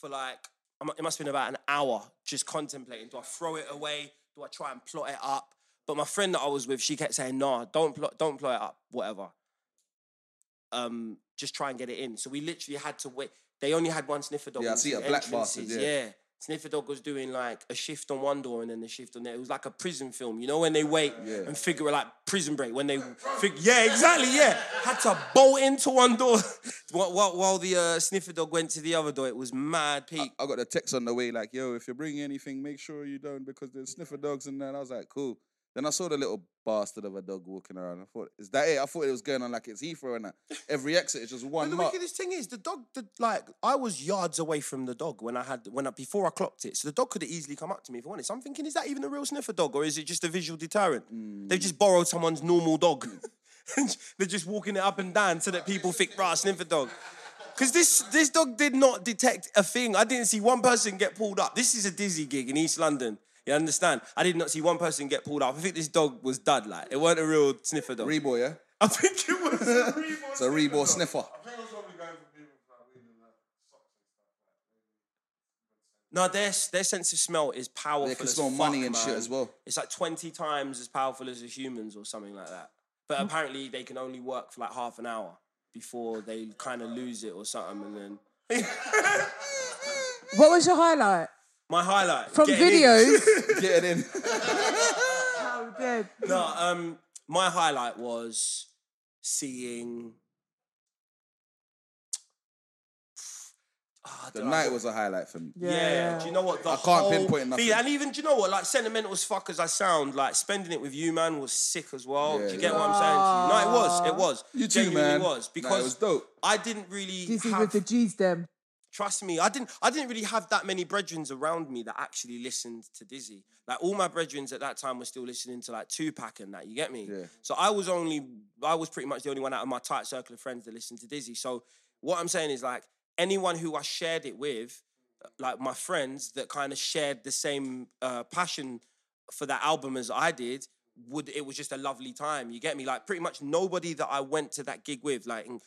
Speaker 1: for like, I mu- it must have been about an hour just contemplating. Do I throw it away? Do I try and plot it up? But my friend that I was with, she kept saying, nah, don't plot, don't plot it up, whatever. Um, just try and get it in. So we literally had to wait. They only had one sniffer dog.
Speaker 3: Yeah, I
Speaker 1: on
Speaker 3: see
Speaker 1: two
Speaker 3: a black bastard,
Speaker 1: entrances,
Speaker 3: yeah.
Speaker 1: Sniffer dog was doing like a shift on one door and then a shift on there. It was like a prison film, you know, when they wait and figure it like prison break. When they figure, yeah, exactly, yeah. Had to bolt into one door while, while, while the uh, sniffer dog went to the other door. It was mad peak.
Speaker 3: I got a text on the way like, yo, if you're bringing anything, make sure you don't because there's sniffer dogs in there. And I was like, cool. Then I saw the little bastard of a dog walking around. I thought, is that it? I thought it was going on like it's Heathrow and that. Every exit is just
Speaker 1: But
Speaker 3: one
Speaker 1: the
Speaker 3: mark.
Speaker 1: wickedest thing is the dog. The, like I was yards away from the dog when I had when I, before I clocked it, so the dog could have easily come up to me if I wanted. So I'm thinking, is that even a real sniffer dog or is it just a visual deterrent?
Speaker 3: Mm.
Speaker 1: They've just borrowed someone's normal dog. They're just walking it up and down so that people think, "Rah, sniffer dog." Because this this dog did not detect a thing. I didn't see one person get pulled up. This is a dizzy gig in East London. You understand? I did not see one person get pulled up. I think this dog was dud. Like it wasn't a real sniffer dog.
Speaker 3: Rebo, yeah?
Speaker 1: I think it was. a real-
Speaker 3: It's a Rebo sniffer.
Speaker 1: No, their their sense of smell is powerful.
Speaker 3: They can
Speaker 1: as
Speaker 3: smell
Speaker 1: fuck,
Speaker 3: money and
Speaker 1: man.
Speaker 3: shit as well.
Speaker 1: It's like twenty times as powerful as a humans or something like that.
Speaker 3: Hmm.
Speaker 1: But apparently they can only work for like half an hour before they kind of lose it or something. And then
Speaker 2: What was your highlight
Speaker 1: my highlight
Speaker 2: from
Speaker 1: getting in.
Speaker 2: videos?
Speaker 3: Get it in.
Speaker 2: How dead.
Speaker 1: No, um, my highlight was seeing. Ah,
Speaker 3: the
Speaker 1: dude, I
Speaker 3: night
Speaker 1: got-
Speaker 3: was a highlight for me.
Speaker 1: Yeah,
Speaker 2: Yeah.
Speaker 1: do you know what? The
Speaker 3: I can't
Speaker 1: whole
Speaker 3: pinpoint
Speaker 1: thing-
Speaker 3: nothing.
Speaker 1: And even, do you know what? Like, sentimental as fuck as I sound, like, spending it with you, man, was sick as well. do you get what I'm saying to you? No, it was. It was.
Speaker 3: You too,
Speaker 1: Genuinely
Speaker 3: man.
Speaker 1: was.
Speaker 3: Nah, it
Speaker 1: Because
Speaker 3: was dope.
Speaker 1: I didn't really
Speaker 2: Dizzy
Speaker 1: have-
Speaker 2: with the G's them.
Speaker 1: trust me, I didn't I didn't really have that many brethrens around me that actually listened to Dizzy. Like all my brethrens at that time were still listening to like Tupac and that, you get me?
Speaker 3: Yeah.
Speaker 1: So I was only I was pretty much the only one out of my tight circle of friends that listened to Dizzy. So what I'm saying is like anyone who I shared it with, uh, like my friends that kind of shared the same uh, passion for that album as I did, would it was just a lovely time. You get me? Like pretty much nobody that I went to that gig with, like in-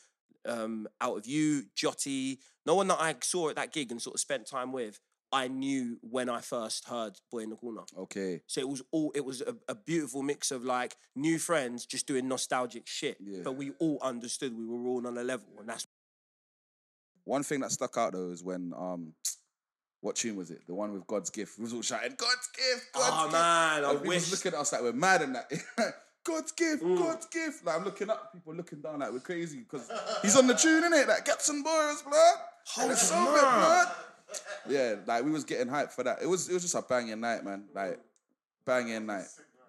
Speaker 1: um, out of you, Jotty, no one that I saw at that gig and sort of spent time with, I knew when I first heard Boy in the Corner.
Speaker 3: Okay.
Speaker 1: So it was all it was a, a beautiful mix of like new friends just doing nostalgic shit. But we all understood we were all on a level and that's
Speaker 3: One thing that stuck out though is when um what tune was it? The one with God's gift. We was all shouting, God's gift, God's
Speaker 1: Oh,
Speaker 3: gift.
Speaker 1: man, I
Speaker 3: and people was
Speaker 1: wish. Mm.
Speaker 3: looking at us like we're mad and that. God's gift, God's gift. Like I'm looking up, people looking down like we're crazy because he's on the tune, innit? Like get some boys, blood. Hold Oh, so bad,
Speaker 1: your man.
Speaker 3: blood. Yeah, like we was getting hyped for that. It was it was just a banging night, man. Like banging night.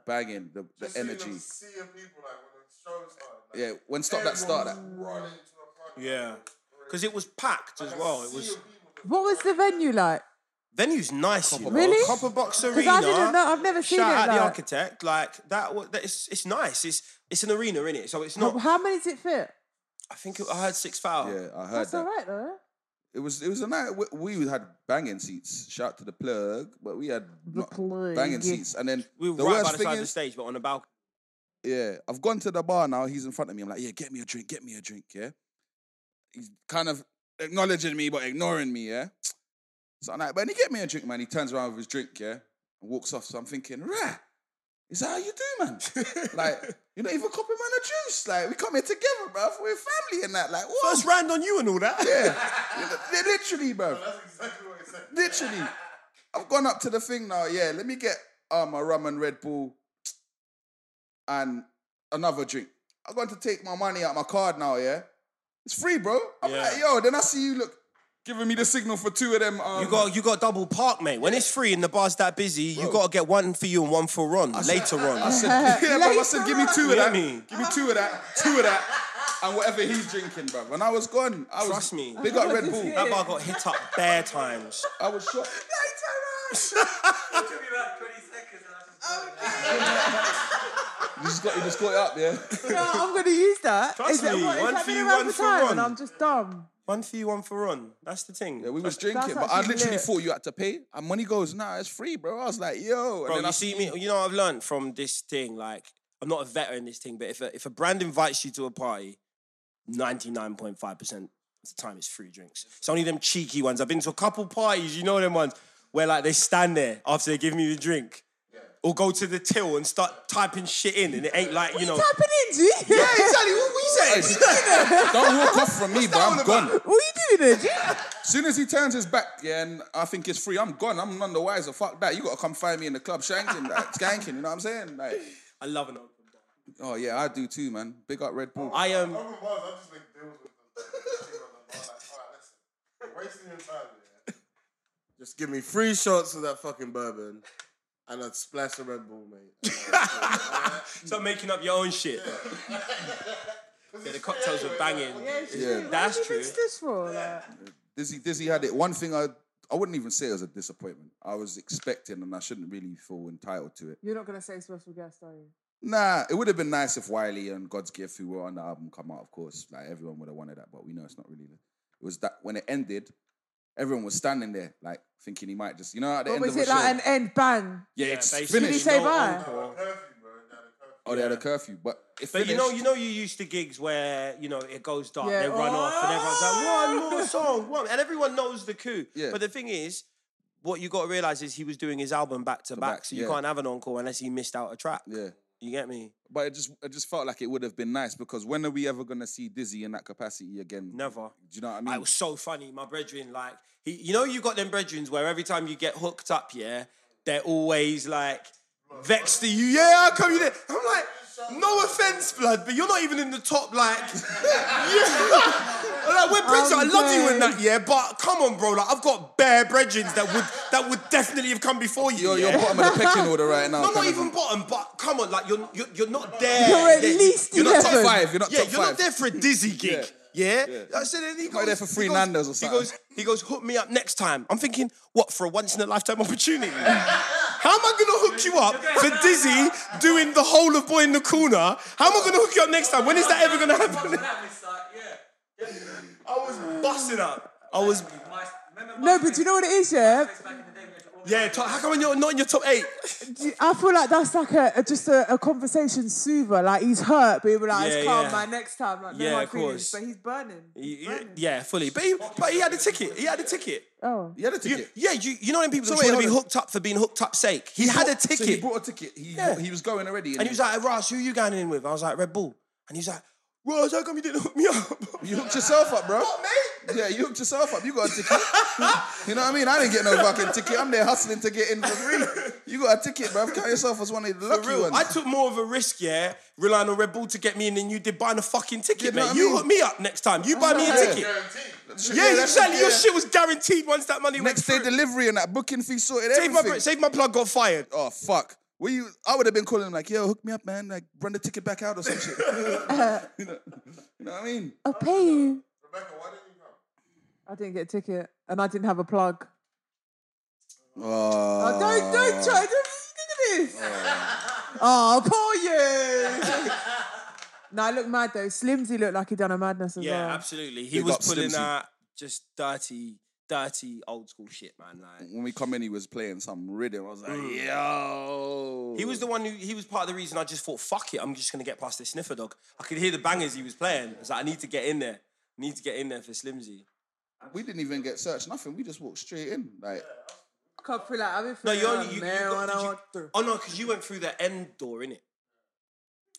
Speaker 3: Banging the, the energy. Yeah, when stop that start that.
Speaker 1: Yeah. Cause it was packed as well. It was
Speaker 2: What was the venue like?
Speaker 1: venue's nice, you know.
Speaker 2: Really?
Speaker 1: Copper Box Arena.
Speaker 2: Because I didn't know. I've never seen
Speaker 1: Shout
Speaker 2: it.
Speaker 1: out
Speaker 2: like.
Speaker 1: the architect. Like that, wa- that it's, it's nice. It's it's an arena, innit? So it's
Speaker 2: How,
Speaker 1: not
Speaker 2: how many does it fit?
Speaker 1: I think it, I heard six foul.
Speaker 3: Yeah, I heard
Speaker 2: That's
Speaker 3: that.
Speaker 2: all right though.
Speaker 3: It was it was a night. We, we had banging seats. Shout to the plug, but we had not
Speaker 2: plug.
Speaker 3: banging seats. And then
Speaker 1: We were
Speaker 3: the
Speaker 1: right
Speaker 3: worst
Speaker 1: by the
Speaker 3: thing
Speaker 1: side of the
Speaker 3: is,
Speaker 1: stage, but on the balcony.
Speaker 3: yeah, I've gone to the bar now. He's in front of me. I'm like, yeah, get me a drink, get me a drink. Yeah, he's kind of acknowledging me but ignoring me. Yeah, so I'm like, man, he get me a drink, man. He turns around with his drink, yeah, and walks off. So I'm thinking, rah, is that how you do, man? like, you're not even copping man a juice. Like, we come here together, bruv. We're family and that. Like, what?
Speaker 6: First round on you and all that.
Speaker 3: Yeah, Li- literally, bro. Literally, I've gone up to the thing now. Yeah, let me get um a rum and Red Bull and another drink. I'm going to take my money out my card now. Yeah, it's free, bro. I'm
Speaker 1: Yeah.
Speaker 3: like, yo. Then I see you look giving me the signal for two of them. Um,
Speaker 1: You got you got double park, mate. When it's free and the bar's that busy, you got to get one for you and one for Ron later on.
Speaker 3: I said, yeah, bro. I said, give me two of that.
Speaker 1: Later on.
Speaker 3: Give me two of that. Two of that. And whatever he's drinking, bro. When I was gone, I was
Speaker 1: Trust me.
Speaker 3: Big up Red Bull.
Speaker 1: that bar got hit up bare times.
Speaker 3: I was shocked. You just got, you just caught it up, yeah.
Speaker 2: No, I'm going to use that.
Speaker 1: Trust
Speaker 2: Is it-
Speaker 1: me,
Speaker 2: what, it's
Speaker 1: one
Speaker 2: like
Speaker 1: for
Speaker 2: been
Speaker 1: you,
Speaker 2: around
Speaker 1: one
Speaker 2: for
Speaker 1: for
Speaker 2: time
Speaker 1: one.
Speaker 2: and I'm just dumb.
Speaker 1: One for you, one for Ron. That's the thing.
Speaker 3: Yeah, we was
Speaker 1: That's-
Speaker 3: drinking,
Speaker 2: that's
Speaker 3: but I
Speaker 2: actually
Speaker 3: literally
Speaker 2: lit.
Speaker 3: thought you had to pay. And money goes, nah, it's free, bro. I was like, yo.
Speaker 1: Bro,
Speaker 3: and then I
Speaker 1: you see me. You know, what I've learned from this thing. Like, I'm not a veteran in this thing, but if a, if a brand invites you to a party, 99.5 percent of the time it's free drinks. It's only them cheeky ones. I've been to a couple parties. You know them ones where like they stand there after they give me the drink, or go to the till and start typing shit in, and it ain't like you know.
Speaker 2: Tapping in, G.
Speaker 1: Yeah, exactly. What we saying?
Speaker 3: Don't walk off from me, bro. I'm gone.
Speaker 2: What you doing there, G?
Speaker 3: Soon as he turns his back, yeah, and I think it's free, I'm gone. I'm none the wiser. Fuck that. You gotta come find me in the club, shanking, like, skanking. You know what I'm saying? Like,
Speaker 1: I love an open bar.
Speaker 3: oh yeah, I do too, man. Big up Red Bull.
Speaker 1: I am. Um,
Speaker 5: Just give me three shots of that fucking bourbon, and I'd splash a Red Bull, mate.
Speaker 1: start making up your own shit. Yeah, the cocktails were banging.
Speaker 3: yeah,
Speaker 2: What
Speaker 1: That's
Speaker 2: do you
Speaker 1: true.
Speaker 2: mix this for? Like,
Speaker 3: Dizzy, Dizzy had it. One thing I, I wouldn't even say it was a disappointment. I was expecting, and I shouldn't really feel entitled to it.
Speaker 2: You're not going to say special guest, are you?
Speaker 3: Nah, it would have been nice if Wiley and God's Gift, who were on the album, come out. Of course, like everyone would have wanted that, but we know it's not really. It was that when it ended, everyone was standing there, like thinking he might just, you know, at the
Speaker 2: But
Speaker 3: end
Speaker 2: was
Speaker 3: of
Speaker 2: it
Speaker 3: a show.
Speaker 2: like an end bang?
Speaker 3: yeah, it's
Speaker 1: basically.
Speaker 2: Did he
Speaker 3: finished.
Speaker 2: say
Speaker 1: No
Speaker 2: bye?
Speaker 1: encore.
Speaker 3: oh, they had a curfew, but it
Speaker 1: But
Speaker 3: finished.
Speaker 1: you know, you know, you used to gigs where you know it goes dark,
Speaker 2: Yeah.
Speaker 1: they run off, and everyone's
Speaker 2: Oh!
Speaker 1: like, "One more song, one," and everyone knows the coup.
Speaker 3: Yeah.
Speaker 1: But the thing is, what you got to realize is he was doing his album back to back,
Speaker 3: back,
Speaker 1: so you
Speaker 3: yeah.
Speaker 1: can't have an encore unless he missed out a track.
Speaker 3: yeah,
Speaker 1: You get me?
Speaker 3: but it just, it just felt like it would have been nice because when are we ever gonna see Dizzy in that capacity again?
Speaker 1: Never.
Speaker 3: Do you know what I mean?
Speaker 1: Like, it was so funny. My brethren, like, he, you know, you got them brethrens where every time you get hooked up, yeah, they're always like vexed at you. Yeah, how come you there? I'm like, no offense, blood, but you're not even in the top. Like, yeah. like we're brethren. I love you in that, yeah, but come on, bro. Like, I've got bare brethrens that would that would definitely have come before you.
Speaker 3: you're,
Speaker 1: yeah?
Speaker 3: you're bottom of the pecking order right now.
Speaker 1: No, not
Speaker 3: kind of
Speaker 1: even
Speaker 3: thing.
Speaker 1: bottom, but come on, like you're you're, you're not there.
Speaker 2: You're at
Speaker 1: Yeah,
Speaker 2: least
Speaker 3: You're not top
Speaker 2: 11.
Speaker 3: five. You're not
Speaker 1: yeah,
Speaker 3: top
Speaker 1: you're
Speaker 3: five.
Speaker 1: not there for a dizzy gig. Yeah, I said, and he
Speaker 3: Go
Speaker 1: goes
Speaker 3: there for
Speaker 1: he
Speaker 3: free
Speaker 1: goes-
Speaker 3: Nando's or
Speaker 1: He goes, he goes, hook me up next time. I'm thinking, what for a once in a lifetime opportunity? How am I gonna hook you up for dizzy doing the whole of Boy in the Corner? How am I gonna hook you up next time? When is that ever gonna happen? I was busting up. I was
Speaker 2: No, but do you know what it is, yeah?
Speaker 1: yeah. Top, how come you're not in your top eight?
Speaker 2: Do you- I feel like that's like a, a- just a, a conversation soother. Like he's hurt, but he'll be like,
Speaker 1: Yeah,
Speaker 2: it's calm,
Speaker 1: yeah.
Speaker 2: man, next time. Like, no
Speaker 1: Yeah,
Speaker 2: hard
Speaker 1: of
Speaker 2: feelings,
Speaker 1: course.
Speaker 2: But he's burning. He's
Speaker 1: Yeah,
Speaker 2: burning.
Speaker 1: yeah, fully. But he, but he had a ticket. He had a ticket.
Speaker 2: Oh.
Speaker 3: You had a ticket.
Speaker 1: You, yeah, you, you know them people
Speaker 3: So
Speaker 1: that
Speaker 3: wait,
Speaker 1: just want to be
Speaker 3: hold on.
Speaker 1: hooked up for being hooked up sake. He, had a
Speaker 3: bought-
Speaker 1: ticket.
Speaker 3: So he brought a ticket. He,
Speaker 1: Yeah.
Speaker 3: he was going already.
Speaker 1: and he was like, Ross, who you going in with? I was like, Red Bull. And he was like, Ross, how come you didn't hook me up?
Speaker 3: You hooked yourself up, bro.
Speaker 1: What, mate?
Speaker 3: Yeah, you hooked yourself up. You got a ticket. you know what I mean? I didn't get no fucking ticket. I'm there hustling to get in for free. You got a ticket, bro. Count yourself as one of the lucky
Speaker 1: For real,
Speaker 3: ones.
Speaker 1: I took more of a risk, yeah, relying on Red Bull to get me in than you did buying a fucking ticket,
Speaker 3: You know
Speaker 1: mate.
Speaker 3: what I
Speaker 1: you
Speaker 3: mean?
Speaker 1: hook me up next time. You buy me a ticket.
Speaker 3: Shit,
Speaker 1: Yeah,
Speaker 3: that's-
Speaker 1: exactly. Your
Speaker 3: yeah.
Speaker 1: shit was guaranteed once that money
Speaker 3: Next day
Speaker 1: went through.
Speaker 3: delivery and that booking fee sorted
Speaker 1: Save my,
Speaker 3: everything.
Speaker 1: br- save my plug got fired.
Speaker 3: oh fuck. Were you? I would have been calling him like, "Yo, hook me up, man. Like, run the ticket back out or some shit." you, know, you know what I mean?
Speaker 2: I'll pay you. I didn't get a ticket and I didn't have a plug.
Speaker 1: Uh,
Speaker 2: Oh, don't, don't try. Don't, look at this. Oh, poor you. no, I look mad though. Slimsy looked like he done a madness as
Speaker 1: Yeah,
Speaker 2: well.
Speaker 1: absolutely. He
Speaker 3: Big
Speaker 1: was
Speaker 3: up
Speaker 1: pulling
Speaker 3: Slimzy.
Speaker 1: out just dirty, dirty old school shit, man. Like
Speaker 3: When we come in, he was playing some rhythm. I was like, yo.
Speaker 1: Mm. He was the one who he was part of the reason I just thought, fuck it, I'm just gonna get past this sniffer dog. I could hear the bangers he was playing. I was like, I need to get in there. I need to get in there for Slimzy.
Speaker 3: We didn't even get searched, nothing. We just walked straight in. Like,
Speaker 2: Can't feel like I've been
Speaker 1: No,
Speaker 2: feeling
Speaker 1: you only
Speaker 2: like
Speaker 1: you, you
Speaker 2: marijuana
Speaker 1: got, did you-
Speaker 2: walk through.
Speaker 1: Oh no, because you went through the end door, innit?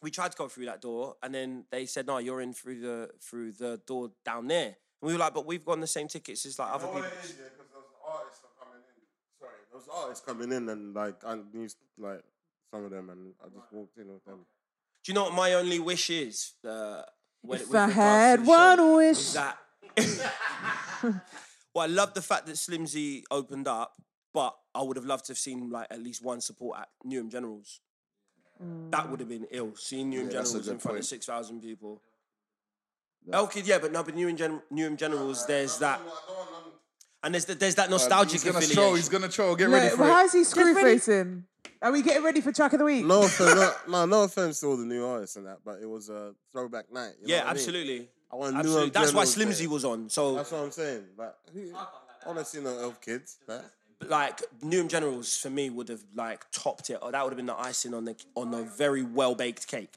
Speaker 1: We tried to go through that door, and then they said, "No, you're in through the through the door down there." And we were like, "But we've got the same tickets as like other
Speaker 5: know
Speaker 1: people."
Speaker 5: what it is, yeah, because there was artists that coming in. Sorry, there was artists coming in, and like I knew like some of them, and I just walked in with them.
Speaker 1: Do you know what my only wish is? Uh, when,
Speaker 2: If
Speaker 1: with
Speaker 2: I
Speaker 1: regards to
Speaker 2: had
Speaker 1: the
Speaker 2: one
Speaker 1: show,
Speaker 2: wish.
Speaker 1: is that well, I love the fact that Slimzy opened up, but I would have loved to have seen like at least one support at Newham Generals. That would have been ill. Seeing Newham
Speaker 3: Yeah, that's a
Speaker 1: Generals in
Speaker 3: good
Speaker 1: front of
Speaker 3: point.
Speaker 1: six thousand people. Elkid, yeah, but no, but Newham, Gen- Newham Generals, there's that, and there's the, there's that nostalgic
Speaker 3: Uh, he's gonna
Speaker 1: affiliation.
Speaker 3: troll. He's gonna troll. Get ready
Speaker 2: Look,
Speaker 3: for
Speaker 2: how
Speaker 3: it.
Speaker 2: is he screw facing? Are we getting ready for track of the week?
Speaker 5: No offense, no, no, no offense to all the new artists and that, but it was a throwback night. you know
Speaker 1: yeah,
Speaker 5: what I mean?
Speaker 1: absolutely.
Speaker 3: Uh,
Speaker 5: I want
Speaker 1: absolutely.
Speaker 5: new
Speaker 1: That's why
Speaker 5: Generals
Speaker 1: Slimzy
Speaker 5: there.
Speaker 1: was on. So
Speaker 5: That's what I'm saying. Like, who- honestly, no elf kids. Like,
Speaker 1: like Newham Generals for me would have like topped it. Or that would have been the icing on the on the very well baked cake.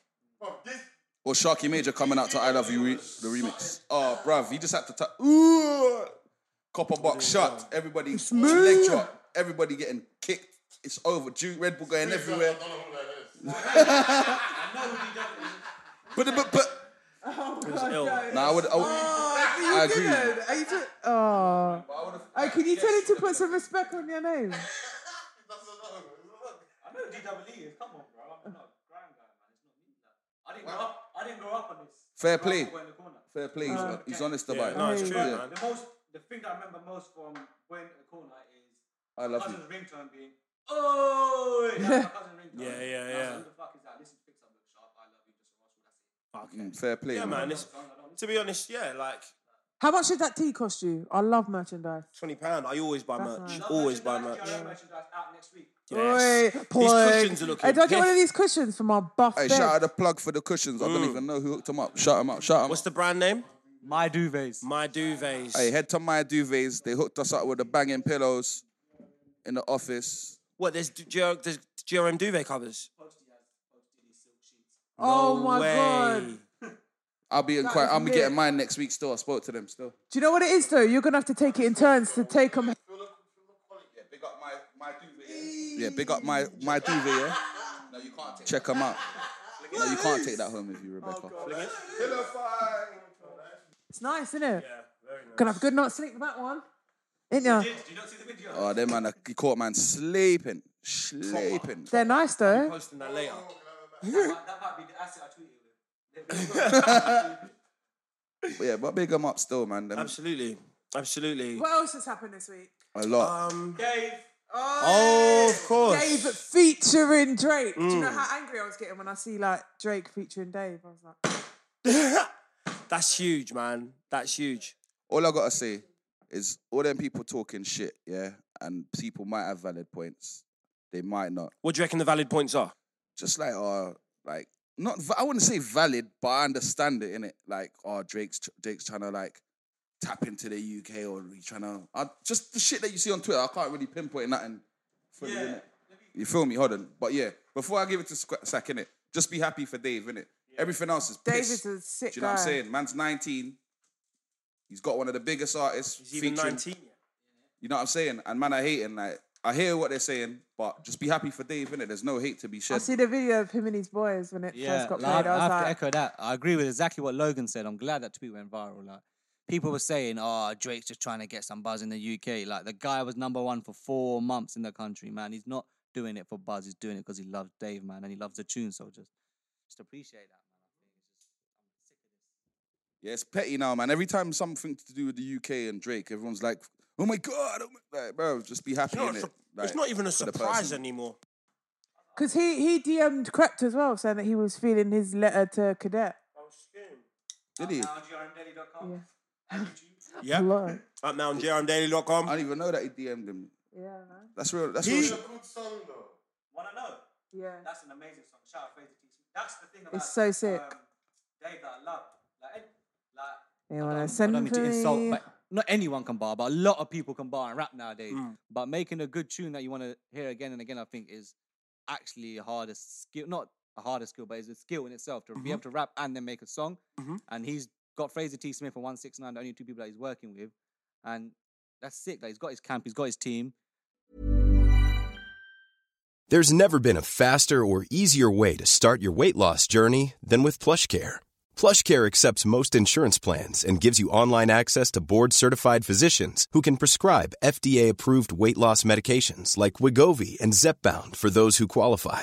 Speaker 3: Or Sharky Major coming out to I Love You re- the remix. Oh, bruv, he just had to touch. Ooh, copper box shot. Everybody leg drop. Everybody getting kicked. It's over. Duke Red Bull going everywhere. But but but.
Speaker 1: It was ill.
Speaker 3: Nah, I would. I would
Speaker 2: Oh,
Speaker 3: I
Speaker 2: you
Speaker 3: agree.
Speaker 2: didn't. Are you do- oh. Oh, can you tell him to put some respect on your name?
Speaker 4: I know DWE is. Come on, bro. I'm not a grand guy, man. It's not me. I didn't grow up. I didn't grow up on this.
Speaker 3: Fair
Speaker 4: I grew up
Speaker 3: play.
Speaker 4: with Boy in the corner.
Speaker 3: Fair play. He's, he's honest about it.
Speaker 1: Uh, no, it's true,
Speaker 3: Yeah.
Speaker 1: man.
Speaker 4: The most, the thing that I remember most from Boy in the corner is
Speaker 3: I love you.
Speaker 4: cousin's ringtone being. Oh, that's my cousin's ringtone. And I
Speaker 1: Yeah, yeah,
Speaker 4: was
Speaker 1: yeah.
Speaker 4: like, Who the fuck is that? This is Fix Up Look Sharp. I love you. Just watch what I see.
Speaker 3: Mm, Fair play.
Speaker 1: Yeah,
Speaker 3: man.
Speaker 1: man. It's, to be honest, yeah, like
Speaker 2: How much did that tea cost you? I love merchandise.
Speaker 1: twenty pound. I always buy
Speaker 2: That's
Speaker 1: merch.
Speaker 2: nice.
Speaker 1: Always buy merch.
Speaker 4: Merchandise, GRM merchandise out next week.
Speaker 1: Yes.
Speaker 2: Oi,
Speaker 1: These
Speaker 2: plug.
Speaker 1: cushions are looking.
Speaker 2: Hey, do I get one of
Speaker 1: piff.
Speaker 2: these cushions for my buff
Speaker 3: Hey,
Speaker 2: bed?
Speaker 3: shout out the plug for the cushions. I don't even know who hooked him up. Shout him out. Shout him
Speaker 1: What's
Speaker 3: out.
Speaker 1: the brand name?
Speaker 4: My duvets.
Speaker 1: My duvets.
Speaker 3: Hey, head to my duvets. They hooked us up with the banging pillows in the office.
Speaker 1: What? There's D- GR, there's GRM duvet covers.
Speaker 2: oh
Speaker 1: No
Speaker 2: my
Speaker 1: way.
Speaker 2: god.
Speaker 3: I'll be in quite.
Speaker 2: is
Speaker 3: I'm
Speaker 2: lit.
Speaker 3: getting mine next week. Still, I spoke to them. Still.
Speaker 2: Do you know what it is though? You're gonna have to take it in turns to take them.
Speaker 3: Yeah, big up my my duvet. Yeah, big up my my duvet. Yeah. No, you can't take. Check them out. No, you can't take that Oh, home with you, Rebecca.
Speaker 2: It's nice, isn't it? Yeah, very nice. Gonna have a good night's sleep with that one, ain't ya?
Speaker 3: oh, them man, he caught man sleeping, sleeping.
Speaker 2: They're nice though.
Speaker 1: Posting that later.
Speaker 4: That might be the asset I tweeted with.
Speaker 3: But yeah, but big them up still, man. Them
Speaker 1: Absolutely, absolutely. Um,
Speaker 2: What else has happened this week?
Speaker 3: a lot.
Speaker 4: Dave.
Speaker 1: Oh, of course.
Speaker 2: Dave featuring Drake. Do you know how angry I was getting when I see like Drake featuring Dave? I was like,
Speaker 1: That's huge, man. That's huge.
Speaker 3: all I gotta say is all them people talking shit, yeah, and people might have valid points, they might not.
Speaker 1: What do you reckon the valid points are?
Speaker 3: Just like, uh, like not, va- I wouldn't say valid, but I understand it in it. Like, oh, Drake's tr- Drake's trying to like tap into the UK or he trying to uh, just the shit that you see on Twitter. I can't really pinpoint nothing fully in it. You feel me? Hold on, but yeah, before I give it to Squ- Sack in it, just be happy for Dave in it. Everything else is
Speaker 2: Dave
Speaker 3: piss.
Speaker 2: is a sick
Speaker 3: Do you know what I'm
Speaker 2: guy.
Speaker 3: saying? Man's 19. He's got one of the biggest artists.
Speaker 1: He's even
Speaker 3: featuring-
Speaker 1: nineteen.
Speaker 3: you know what I'm saying? And man, I hating. Like I hear what they're saying, but just be happy for Dave innit? There's no hate to be
Speaker 2: I
Speaker 3: shed.
Speaker 2: see the video of him and his boys when it
Speaker 4: Yeah,
Speaker 2: first got
Speaker 4: like,
Speaker 2: played. I
Speaker 4: I
Speaker 2: was
Speaker 4: have
Speaker 2: like,
Speaker 4: to echo that. I agree with exactly what Logan said. I'm glad that tweet went viral. Like, people were saying, "Oh, Drake's just trying to get some buzz in the UK." Like, the guy was number one for four months in the country. Man, he's not doing it for buzz. He's doing it because he loves Dave, man, and he loves the tune. So just, just appreciate that.
Speaker 3: Yeah, it's petty now, man. Every time something to do with the UK and Drake, everyone's like, "Oh my god!" Oh my-" Like, bro, just be happy
Speaker 1: You know,
Speaker 3: in
Speaker 1: it's,
Speaker 3: it.
Speaker 1: it's not even a surprise anymore.
Speaker 2: Because he, he DM'd Crept as well, saying that he was feeling his letter to Cadet.
Speaker 3: Did he? I
Speaker 2: Yeah.
Speaker 1: Yeah.
Speaker 2: Lord.
Speaker 1: At mountjrmdaily.com.
Speaker 3: don't even know that he DM'd him.
Speaker 2: Yeah, man.
Speaker 3: That's real. That's
Speaker 1: He-
Speaker 3: real. shit.
Speaker 5: good song though.
Speaker 4: Want to know?
Speaker 2: Yeah.
Speaker 4: That's an amazing song. Shout out Fraser T. Smith. That's the thing about
Speaker 2: It's so sick.
Speaker 4: Um, Dave that I love. Like, and- like
Speaker 2: You wanna
Speaker 4: I
Speaker 2: send
Speaker 4: don't mean to
Speaker 2: for
Speaker 4: insult,
Speaker 2: me?
Speaker 4: but Not anyone can bar, but a lot of people can bar and rap nowadays.
Speaker 2: Hmm.
Speaker 4: But making a good tune that you want to hear again and again, I think, is actually a harder skill. Not a harder skill, but it's a skill in itself to be able to rap and then make a song.
Speaker 1: Mm-hmm.
Speaker 4: And he's got Fraser T. Smith and 169, the only two people that he's working with. And that's sick. That he's got his camp, he's got his team.
Speaker 6: There's never been a faster or easier way to start your weight loss journey than with PlushCare. PlushCare accepts most insurance plans and gives you online access to board-certified physicians who can prescribe FDA-approved weight loss medications like Wigovi and Zepbound for those who qualify.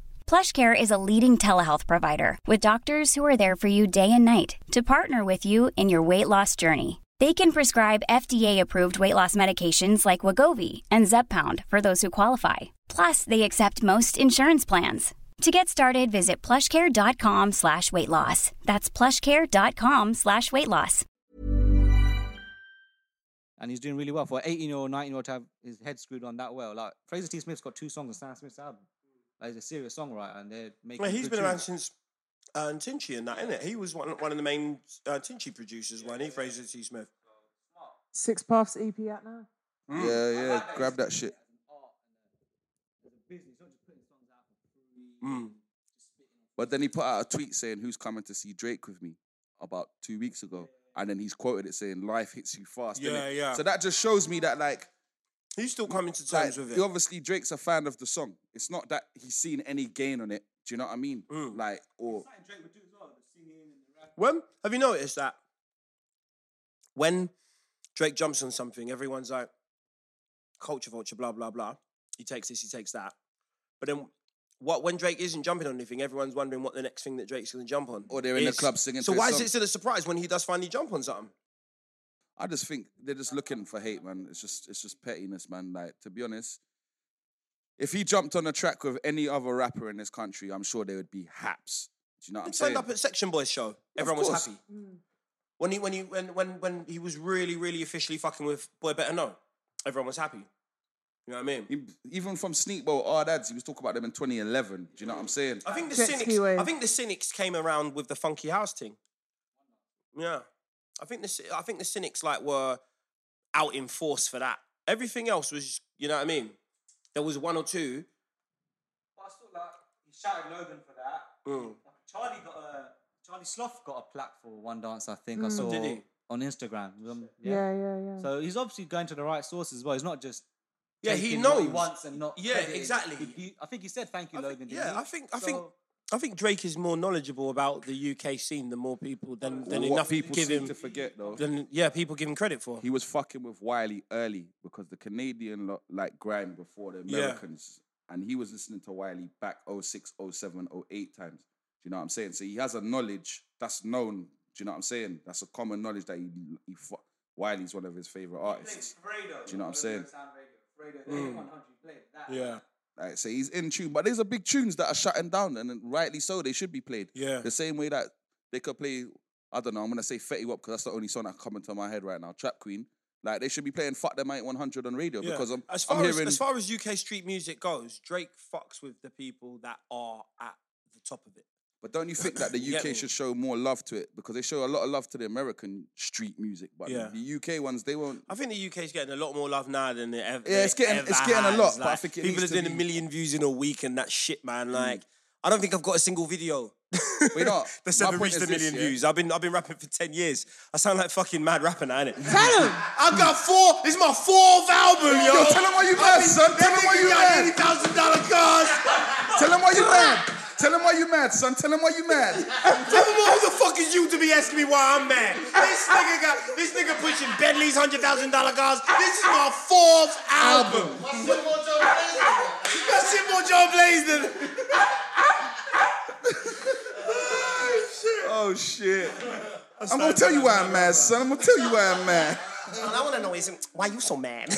Speaker 7: PlushCare is a leading telehealth provider with doctors who are there for you day and night to partner with you in your weight loss journey. They can prescribe FDA-approved weight loss medications like Wagovi and Zepbound for those who qualify. Plus, they accept most insurance plans. To get started, visit plushcare.com slash weight loss. That's plushcare.com slash weight loss.
Speaker 4: and he's doing really well for an 18 year old, 19 year old to have his head screwed on that well. Like Fraser T. Smith's got two songs on Sam Smith's album. Like, he's a serious songwriter, and they're making.
Speaker 1: Well, he's
Speaker 4: good
Speaker 1: been around
Speaker 4: tunes.
Speaker 1: since uh, Tinchy and that, isn't it? He was one, one of the main uh, Tinchy producers, wasn't he? Fraser T. Smith.
Speaker 2: Six puffs EP out now.
Speaker 3: Yeah, yeah. Grab that shit.
Speaker 1: Mm.
Speaker 3: But then he put out a tweet saying, "Who's coming to see Drake with me?" About two weeks ago, and then he's quoted it saying, "Life hits you fast."
Speaker 1: Yeah,
Speaker 3: innit?
Speaker 1: yeah.
Speaker 3: So that just shows me that, like,
Speaker 1: He's still coming to
Speaker 3: like
Speaker 1: terms with it.
Speaker 3: obviously Drake's a fan of the song. It's not that he's seen any gain on it. Do you know what I mean?
Speaker 1: Mm.
Speaker 3: Like, or
Speaker 1: When have you noticed that when Drake jumps on something, everyone's like culture vulture, blah blah blah. He takes this, he takes that. But then what when Drake isn't jumping on anything, everyone's wondering what the next thing that Drake's going to jump on.
Speaker 3: Or they're in the
Speaker 1: is.
Speaker 3: club singing to
Speaker 1: So
Speaker 3: his
Speaker 1: why is
Speaker 3: song.
Speaker 1: it still a surprise when he does finally jump on something?
Speaker 3: I just think they're just looking for hate, man. It's just it's just pettiness, man. Like to be honest, if he jumped on a track with any other rapper in this country, I'm sure they would be haps. Do you know what I'm
Speaker 1: He
Speaker 3: saying?
Speaker 1: turned up at Section Boy's show. Everyone was
Speaker 3: course.
Speaker 1: happy.
Speaker 2: Hmm.
Speaker 1: When he when he when when when he was really really officially fucking with Boy Better Know, everyone was happy. You know what I mean?
Speaker 3: E- Even from Sneak Bowl, Odd Ads, he was talking about them in 2011. Do you know what I'm saying?
Speaker 1: I think the
Speaker 2: Jet
Speaker 1: cynics.
Speaker 2: ski wave.
Speaker 1: I think the cynics came around with the funky house thing. Yeah, I think the cy- I think the cynics like were out in force for that. Everything else was, you know what I mean. There was one or two.
Speaker 4: But I saw like he shouted Logan for that.
Speaker 1: Mm.
Speaker 4: Like, Charlie got a Charlie Sloth got a plaque for one dance. I think I saw
Speaker 1: Did he?
Speaker 4: on Instagram. Um,
Speaker 2: Yeah, yeah, yeah.
Speaker 4: So he's obviously going to the right sources as well. He's not just.
Speaker 1: Yeah, he
Speaker 4: taking what
Speaker 1: knows.
Speaker 4: he wants and not.
Speaker 1: Yeah,
Speaker 4: crediting.
Speaker 1: exactly.
Speaker 4: He- he- I think he said thank you,
Speaker 1: I think-
Speaker 4: Logan. didn't
Speaker 1: yeah,
Speaker 4: he?
Speaker 1: I think I think
Speaker 4: So-
Speaker 1: I think Drake is more knowledgeable about the UK scene than more people than than
Speaker 3: What
Speaker 1: enough
Speaker 3: people
Speaker 1: give
Speaker 3: seem
Speaker 1: him
Speaker 3: to forget, though.
Speaker 1: than yeah people give him credit for.
Speaker 3: He was fucking with Wiley early because the Canadian lot like grind before the
Speaker 1: Yeah.
Speaker 3: Americans. And he was listening to Wiley back 06, 07, 08 times. Do you know what I'm saying? So he has a knowledge that's known. Do you know what I'm saying? That's a common knowledge that he, he fu- Wiley's one of his favorite artists. Do you know what I'm saying?
Speaker 1: Hmm. Yeah,
Speaker 3: Like, so he's in tune. But these are big tunes that are shutting down, and then rightly so. They should be played.
Speaker 1: Yeah.
Speaker 3: The same way that they could play, I don't know, I'm going to say Fetty Wap because that's the only song that come into my head right now, Trap Queen. Like, they should be playing Fuck Them Eight 100 on radio
Speaker 1: Yeah.
Speaker 3: because I'm,
Speaker 1: as
Speaker 3: I'm
Speaker 1: far as
Speaker 3: hearing.
Speaker 1: as far as UK street music goes, Drake fucks with the people that are at the top of it.
Speaker 3: but don't you think that the
Speaker 1: Yeah,
Speaker 3: UK
Speaker 1: well-
Speaker 3: should show more love to it? Because they show a lot of love to the American street music, but
Speaker 1: Yeah.
Speaker 3: the UK ones, they won't.
Speaker 1: I think the UK's getting a lot more love now than it ever.
Speaker 3: Yeah, it's
Speaker 1: than it
Speaker 3: getting- it's
Speaker 1: ever
Speaker 3: getting a
Speaker 1: has.
Speaker 3: lot, but I
Speaker 1: Like,
Speaker 3: think it
Speaker 1: people
Speaker 3: needs
Speaker 1: are
Speaker 3: to
Speaker 1: doing a
Speaker 3: be- Hmm.
Speaker 1: million views in a week and that shit, man. Like, I don't think I've got a single video.
Speaker 3: We're not.
Speaker 1: That's
Speaker 3: My
Speaker 1: ever
Speaker 3: point
Speaker 1: reached a
Speaker 3: is this,
Speaker 1: million
Speaker 3: yeah?
Speaker 1: views. I've been I've been rapping for ten years. I sound like fucking mad rapper now, innit?
Speaker 2: Tell him.
Speaker 1: I've got four. This is my fourth album, yo.
Speaker 3: Yo, tell 'em why you mad, son. Tell 'em why you mad.
Speaker 1: Eighty thousand dollar cars.
Speaker 3: Tell them why you're mad, son? Tell him why you mad.
Speaker 1: Tell him who the fuck is you to be asking me why I'm mad? This nigga got this nigga pushing Bentley's hundred thousand dollar cars. This is my fourth album. My simple Joe Blazer.
Speaker 3: Oh shit. I'm gonna tell you why I'm mad, son. I'm gonna tell you why I'm mad.
Speaker 1: All I want to know is why you so mad.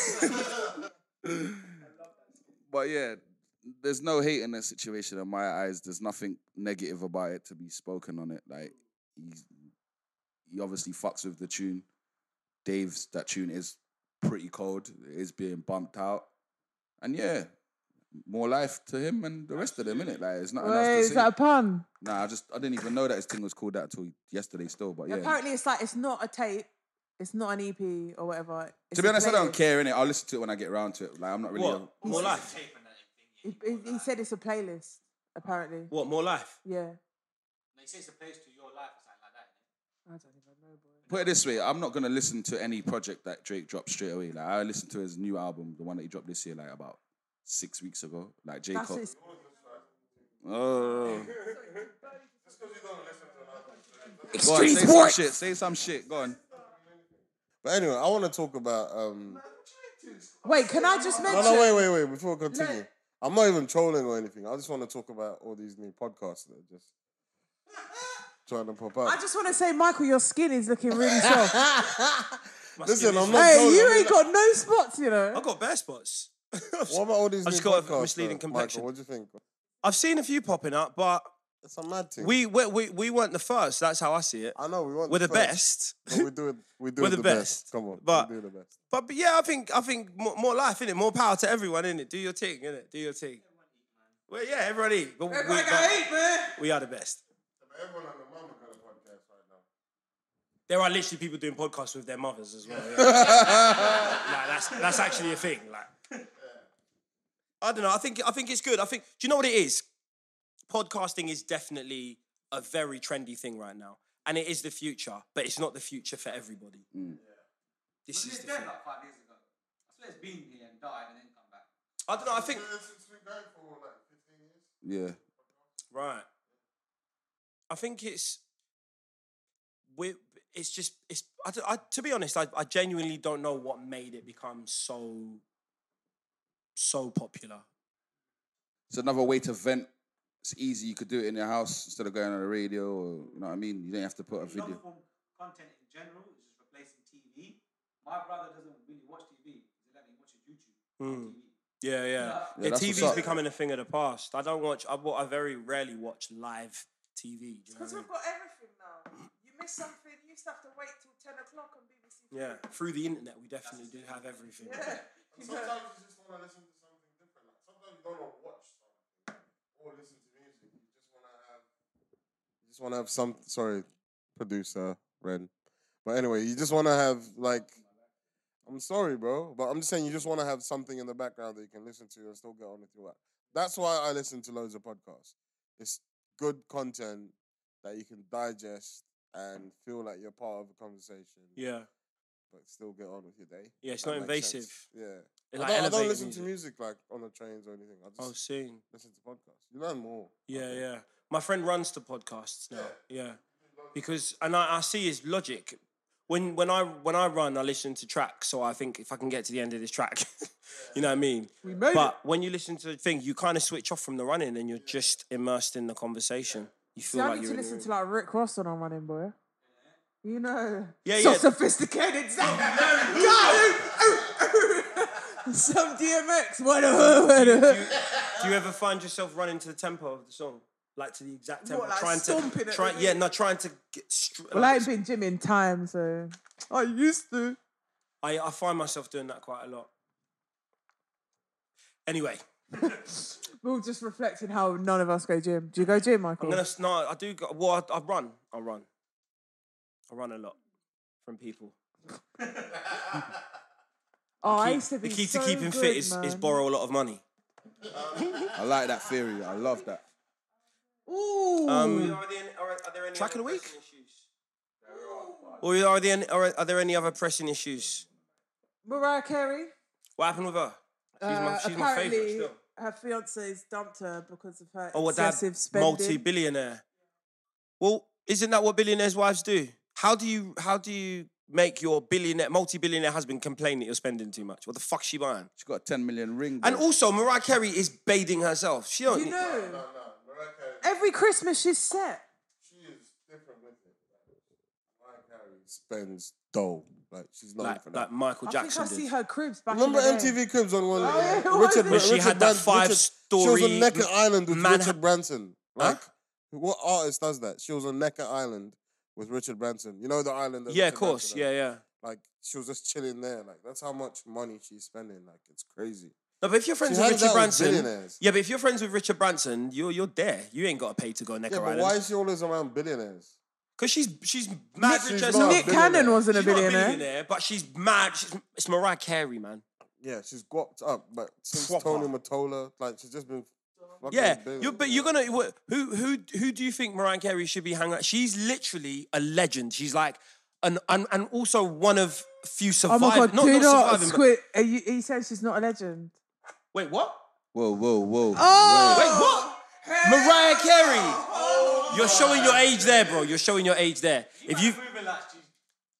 Speaker 3: But yeah, there's no hate in that situation in my eyes. There's nothing negative about it to be spoken on it. Like
Speaker 2: Mm.
Speaker 3: he's, he obviously fucks with the tune. Dave's that tune is pretty cold. It is being bumped out, and yeah, more life to him and the rest of them. Innit? Like it's nothing
Speaker 2: Wait,
Speaker 3: else
Speaker 2: is
Speaker 3: to
Speaker 2: that a
Speaker 3: say.
Speaker 2: pun?
Speaker 3: Nah, I just I didn't even know that his thing was called that until yesterday. Still, but yeah.
Speaker 2: Apparently, it's like it's not a tape, it's not an EP or whatever. It's
Speaker 3: to be
Speaker 2: a
Speaker 3: honest, I don't
Speaker 2: playlist.
Speaker 3: care in it. I'll listen to it when I get around to it. Like I'm not really.
Speaker 1: What? More life.
Speaker 2: He, he- he said it's a playlist. Apparently,
Speaker 1: What? More life.
Speaker 2: yeah.
Speaker 4: They say it's a place to your life or something like that.
Speaker 3: Put it this way, I'm not gonna listen to any project that Drake dropped straight away. Like I listened to his new album, the one that he dropped this year, like about six weeks ago. Like J.
Speaker 2: That's
Speaker 3: Cole.
Speaker 2: his-
Speaker 3: Oh. Go on,
Speaker 5: Extreme
Speaker 3: say some
Speaker 5: sports.
Speaker 3: shit. Say some shit. Go on.
Speaker 5: But anyway, I want to talk about. Um,
Speaker 2: Wait, can I just
Speaker 5: no,
Speaker 2: mention?
Speaker 5: no, wait, wait, wait. Before we continue, I'm not even trolling or anything. I just want to talk about all these new podcasts that are just trying to pop up.
Speaker 2: I just want to say, Michael, your skin is looking really soft.
Speaker 5: Listen, I'm not.
Speaker 2: hey,
Speaker 5: trolling.
Speaker 2: you ain't got no spots, you know.
Speaker 1: I've got bare spots.
Speaker 5: What about all these
Speaker 1: I
Speaker 5: new
Speaker 1: just got
Speaker 5: podcasts,
Speaker 1: a misleading
Speaker 5: though,
Speaker 1: complexion.
Speaker 5: Michael, what do you think?
Speaker 1: I've seen a few popping up, but
Speaker 5: It's a mad thing.
Speaker 1: we we we, we weren't the first. That's how I see it.
Speaker 5: I know we weren't
Speaker 1: We're
Speaker 5: the
Speaker 1: the,
Speaker 5: first.
Speaker 1: best.
Speaker 5: But we do it. We do
Speaker 1: We're
Speaker 5: it
Speaker 1: the
Speaker 5: the best.
Speaker 1: best.
Speaker 5: Come on,
Speaker 1: But-
Speaker 5: we do the best.
Speaker 1: But, but yeah, I think I think more, more life in it, more power to everyone in it. Do your thing in it. Do your thing. Well, yeah, everybody. But we,
Speaker 2: Everybody
Speaker 1: but
Speaker 2: gotta eat, man.
Speaker 1: we are the best. There are literally people doing podcasts with their mothers as well. yeah. like that's that's actually a thing. Like I don't know. I think I think it's good. I think. Do you know what it is? Podcasting is definitely a very trendy thing right now, and it is the future. But it's not the future for everybody. This is the thing.
Speaker 4: Like five years ago. I swear it's been here and died and then come back.
Speaker 1: I don't know. I think
Speaker 3: Yeah.
Speaker 1: right. I think it's we. It's just it's. I, don't- I, to be honest, I, I genuinely don't know what made it become so so popular.
Speaker 3: It's another way to vent. It's easy. You could do it in your house instead of going on the radio or you know what I mean? You don't have to put a video.
Speaker 4: Long form content in general is just replacing TV. My brother doesn't really watch TV. He's like, he watches YouTube.
Speaker 1: Mm. Yeah, yeah.
Speaker 3: Yeah,
Speaker 1: yeah
Speaker 3: that's what's
Speaker 1: TV's
Speaker 3: up.
Speaker 1: becoming a thing of the past. I don't watch. I, wa- I very rarely watch live TV. Do you know what
Speaker 2: Because
Speaker 1: I mean?
Speaker 2: we've got everything now. You miss something, you used to have to wait till 10 o'clock on BBC.
Speaker 1: Yeah, through the internet, we definitely do have everything.
Speaker 5: Sometimes you just want to listen to something different. Like, sometimes you don't want to watch something or listen to music. You just want to have. You just want to have some. Sorry, producer Ren. But anyway, you just want to have like. I'm sorry, bro, but I'm just saying you just want to have something in the background that you can listen to and still get on with your work. That's why I listen to loads of podcasts. It's good content that you can digest and feel like you're part of a conversation
Speaker 1: Yeah,
Speaker 5: but still get on with your day.
Speaker 1: Yeah, it's
Speaker 5: That
Speaker 1: not
Speaker 5: makes sense.
Speaker 1: invasive. It,
Speaker 5: Yeah.
Speaker 1: like, Oh,
Speaker 5: I, don't, I
Speaker 1: elevates
Speaker 5: don't listen to
Speaker 1: music.
Speaker 5: music like on the trains or anything. I just
Speaker 1: I was seeing.
Speaker 5: listen to podcasts. You learn more.
Speaker 1: Yeah, yeah. My friend runs to podcasts now. Yeah, because and I, I see his logic. When when I when I run, I listen to tracks. So I think if I can get to the end of this track, you know what I mean.
Speaker 2: We made
Speaker 1: but when you listen to the thing, you kind of switch off from the running and you're just immersed in the conversation. You
Speaker 2: See,
Speaker 1: feel
Speaker 2: I
Speaker 1: like
Speaker 2: need
Speaker 1: you're
Speaker 2: to
Speaker 1: in the
Speaker 2: listen
Speaker 1: room.
Speaker 2: to like Rick Ross when I'm running, boy. You know,
Speaker 1: Yeah,
Speaker 2: so
Speaker 1: yeah.
Speaker 2: sophisticated. Some, some DMX. What a what
Speaker 1: do,
Speaker 2: a-
Speaker 1: you, do you ever find yourself running to the tempo of the song, like to the exact tempo,
Speaker 2: What, like
Speaker 1: trying
Speaker 2: stomping
Speaker 1: to,
Speaker 2: at
Speaker 1: try,
Speaker 2: the
Speaker 1: yeah,
Speaker 2: beat?
Speaker 1: no, trying to get. Str-
Speaker 2: Well, I ain't been gym in time, so I used to.
Speaker 1: I, I find myself doing that quite a lot. Anyway,
Speaker 2: We were just reflecting how none of us go gym. Do you go gym, Michael?
Speaker 1: I'm gonna s- no, I do. Go, well, I, I run. I run. I run a lot from people.
Speaker 2: oh, I used to be
Speaker 1: The key
Speaker 2: so
Speaker 1: to keeping
Speaker 2: good,
Speaker 1: fit is,
Speaker 2: man.
Speaker 1: is borrow a lot of money.
Speaker 3: I like that theory. I love that.
Speaker 2: Ooh.
Speaker 1: Um, track of the week. Or are there, any, are, are there any other pressing issues?
Speaker 2: Mariah Carey.
Speaker 1: What happened with her? She's my,
Speaker 2: Uh,
Speaker 1: she's my favorite
Speaker 2: apparently-
Speaker 1: still.
Speaker 2: her fiance's dumped her because of her
Speaker 1: Oh, what that
Speaker 2: excessive spending.
Speaker 1: multi-billionaire. Well, isn't that what billionaires' wives do? How do you how do you make your billionaire multi-billionaire husband complain that you're spending too much? What the fuck's she buying?
Speaker 3: She's got a 10 million ring.
Speaker 1: And also, Mariah Carey is bathing herself. She don't.
Speaker 2: You know, every Christmas she's set.
Speaker 5: Spends dough. Like she's not
Speaker 1: Like-
Speaker 5: for
Speaker 1: like Michael
Speaker 2: I
Speaker 1: Jackson
Speaker 2: think I
Speaker 1: did.
Speaker 2: see her cribs back
Speaker 5: Remember
Speaker 2: in the day.
Speaker 5: MTV Cribs on one?
Speaker 2: Oh, yeah, it was
Speaker 5: Richard,
Speaker 2: it?
Speaker 1: When she
Speaker 5: Richard
Speaker 1: had that
Speaker 5: Brans- Richard- She was
Speaker 1: five-story
Speaker 5: on Necker Island with
Speaker 1: Manha-
Speaker 5: Richard Branson. Like, what artist does that? She was on Necker Island with Richard Branson. You know the island. That
Speaker 1: Yeah, of
Speaker 5: Richard
Speaker 1: course.
Speaker 5: Branson
Speaker 1: Yeah,
Speaker 5: had?
Speaker 1: yeah.
Speaker 5: Like she was just chilling there. Like that's how much money she's spending. Like it's crazy.
Speaker 1: No, but if you're friends
Speaker 5: She
Speaker 1: with
Speaker 5: hangs
Speaker 1: Richard
Speaker 5: out with
Speaker 1: Branson,
Speaker 5: billionaires.
Speaker 1: yeah, but if you're friends with Richard Branson, you're you're there. You ain't got to pay to go Necker
Speaker 5: yeah, but
Speaker 1: Island.
Speaker 5: why is she always around billionaires?
Speaker 1: Because she's she's
Speaker 5: Nick-
Speaker 1: mad rich
Speaker 5: she's
Speaker 1: as
Speaker 5: not a
Speaker 1: hell.
Speaker 5: Nick Cannon billionaire.
Speaker 2: wasn't a
Speaker 1: She's not
Speaker 2: billionaire.
Speaker 1: but she's mad. She's, it's Mariah Carey, man.
Speaker 5: Yeah, she's guapped up, but since
Speaker 1: Proper.
Speaker 5: Tony Matola, like she's just been. fucking
Speaker 1: Yeah,
Speaker 5: billionaire.
Speaker 1: you but you're gonna wh- who who who do you think Mariah Carey should be hanging out? She's literally a legend. She's like an and and also one of few
Speaker 2: Oh
Speaker 1: surviving.
Speaker 2: my god,
Speaker 1: not,
Speaker 2: do
Speaker 1: not
Speaker 2: not
Speaker 1: surviving, but-
Speaker 2: squid. Are you, he says she's not a legend.
Speaker 1: Wait, what?
Speaker 3: Whoa, whoa, whoa.
Speaker 1: Oh,
Speaker 3: Oh.
Speaker 1: Wait, what? Mariah Carey. You're showing your age there, bro. You're showing your age there. If you
Speaker 4: Moving like she's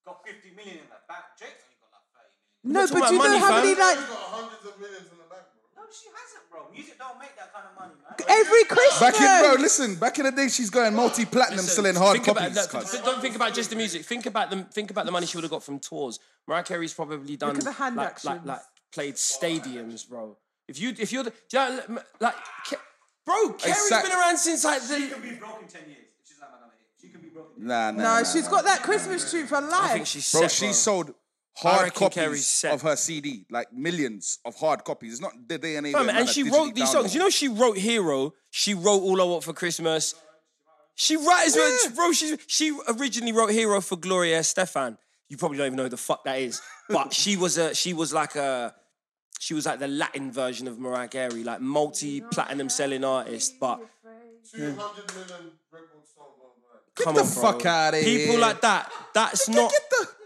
Speaker 4: got 50 million in her bank. Drake's only got like 30
Speaker 1: No,
Speaker 2: No,
Speaker 1: not talking
Speaker 2: but do
Speaker 1: about
Speaker 2: you know
Speaker 1: money,
Speaker 2: how
Speaker 1: fam.
Speaker 2: many like
Speaker 4: No, she hasn't, bro. Music don't make that kind of money, man.
Speaker 2: every Christmas?
Speaker 3: Back in, bro, listen, back in the day, she's going multi platinum selling hard
Speaker 1: think about,
Speaker 3: copies.
Speaker 1: look,
Speaker 3: cuz.
Speaker 1: th- don't think about just the music. Think about the think about the money she would have got from tours. Mariah Carey's probably done
Speaker 2: Look at the hand
Speaker 1: like, like,
Speaker 2: actions.
Speaker 1: like played stadiums, bro. If you if you're the do you know, like Ca- bro, Carey's
Speaker 3: Exact-
Speaker 1: been around since like the.
Speaker 4: She's broke in 10 years. She's like, another hit. She can be broke.
Speaker 3: Nah, nah.
Speaker 2: No,
Speaker 3: nah,
Speaker 2: she's
Speaker 3: nah.
Speaker 2: got that Christmas tune for life.
Speaker 1: I think she's
Speaker 3: Bro,
Speaker 1: set,
Speaker 3: she
Speaker 1: bro.
Speaker 3: sold
Speaker 1: I
Speaker 3: hard
Speaker 1: reckon Carrie's
Speaker 3: copies
Speaker 1: set.
Speaker 3: of her CD, like millions of hard copies. It's not the day and age.
Speaker 1: Fam,
Speaker 3: where man
Speaker 1: and
Speaker 3: has
Speaker 1: she
Speaker 3: digitally
Speaker 1: wrote these songs. You know, she wrote Hero. She wrote All I Want for Christmas. She writes, bro. She she originally wrote Hero for Gloria Stefan. You probably don't even know who the fuck that is, but she was a she was like a she was like the Latin version of Mariah Carey, like multi platinum selling artist. But come
Speaker 3: the
Speaker 1: on, bro.
Speaker 3: fuck outta
Speaker 1: People
Speaker 3: here.
Speaker 1: like that, that's not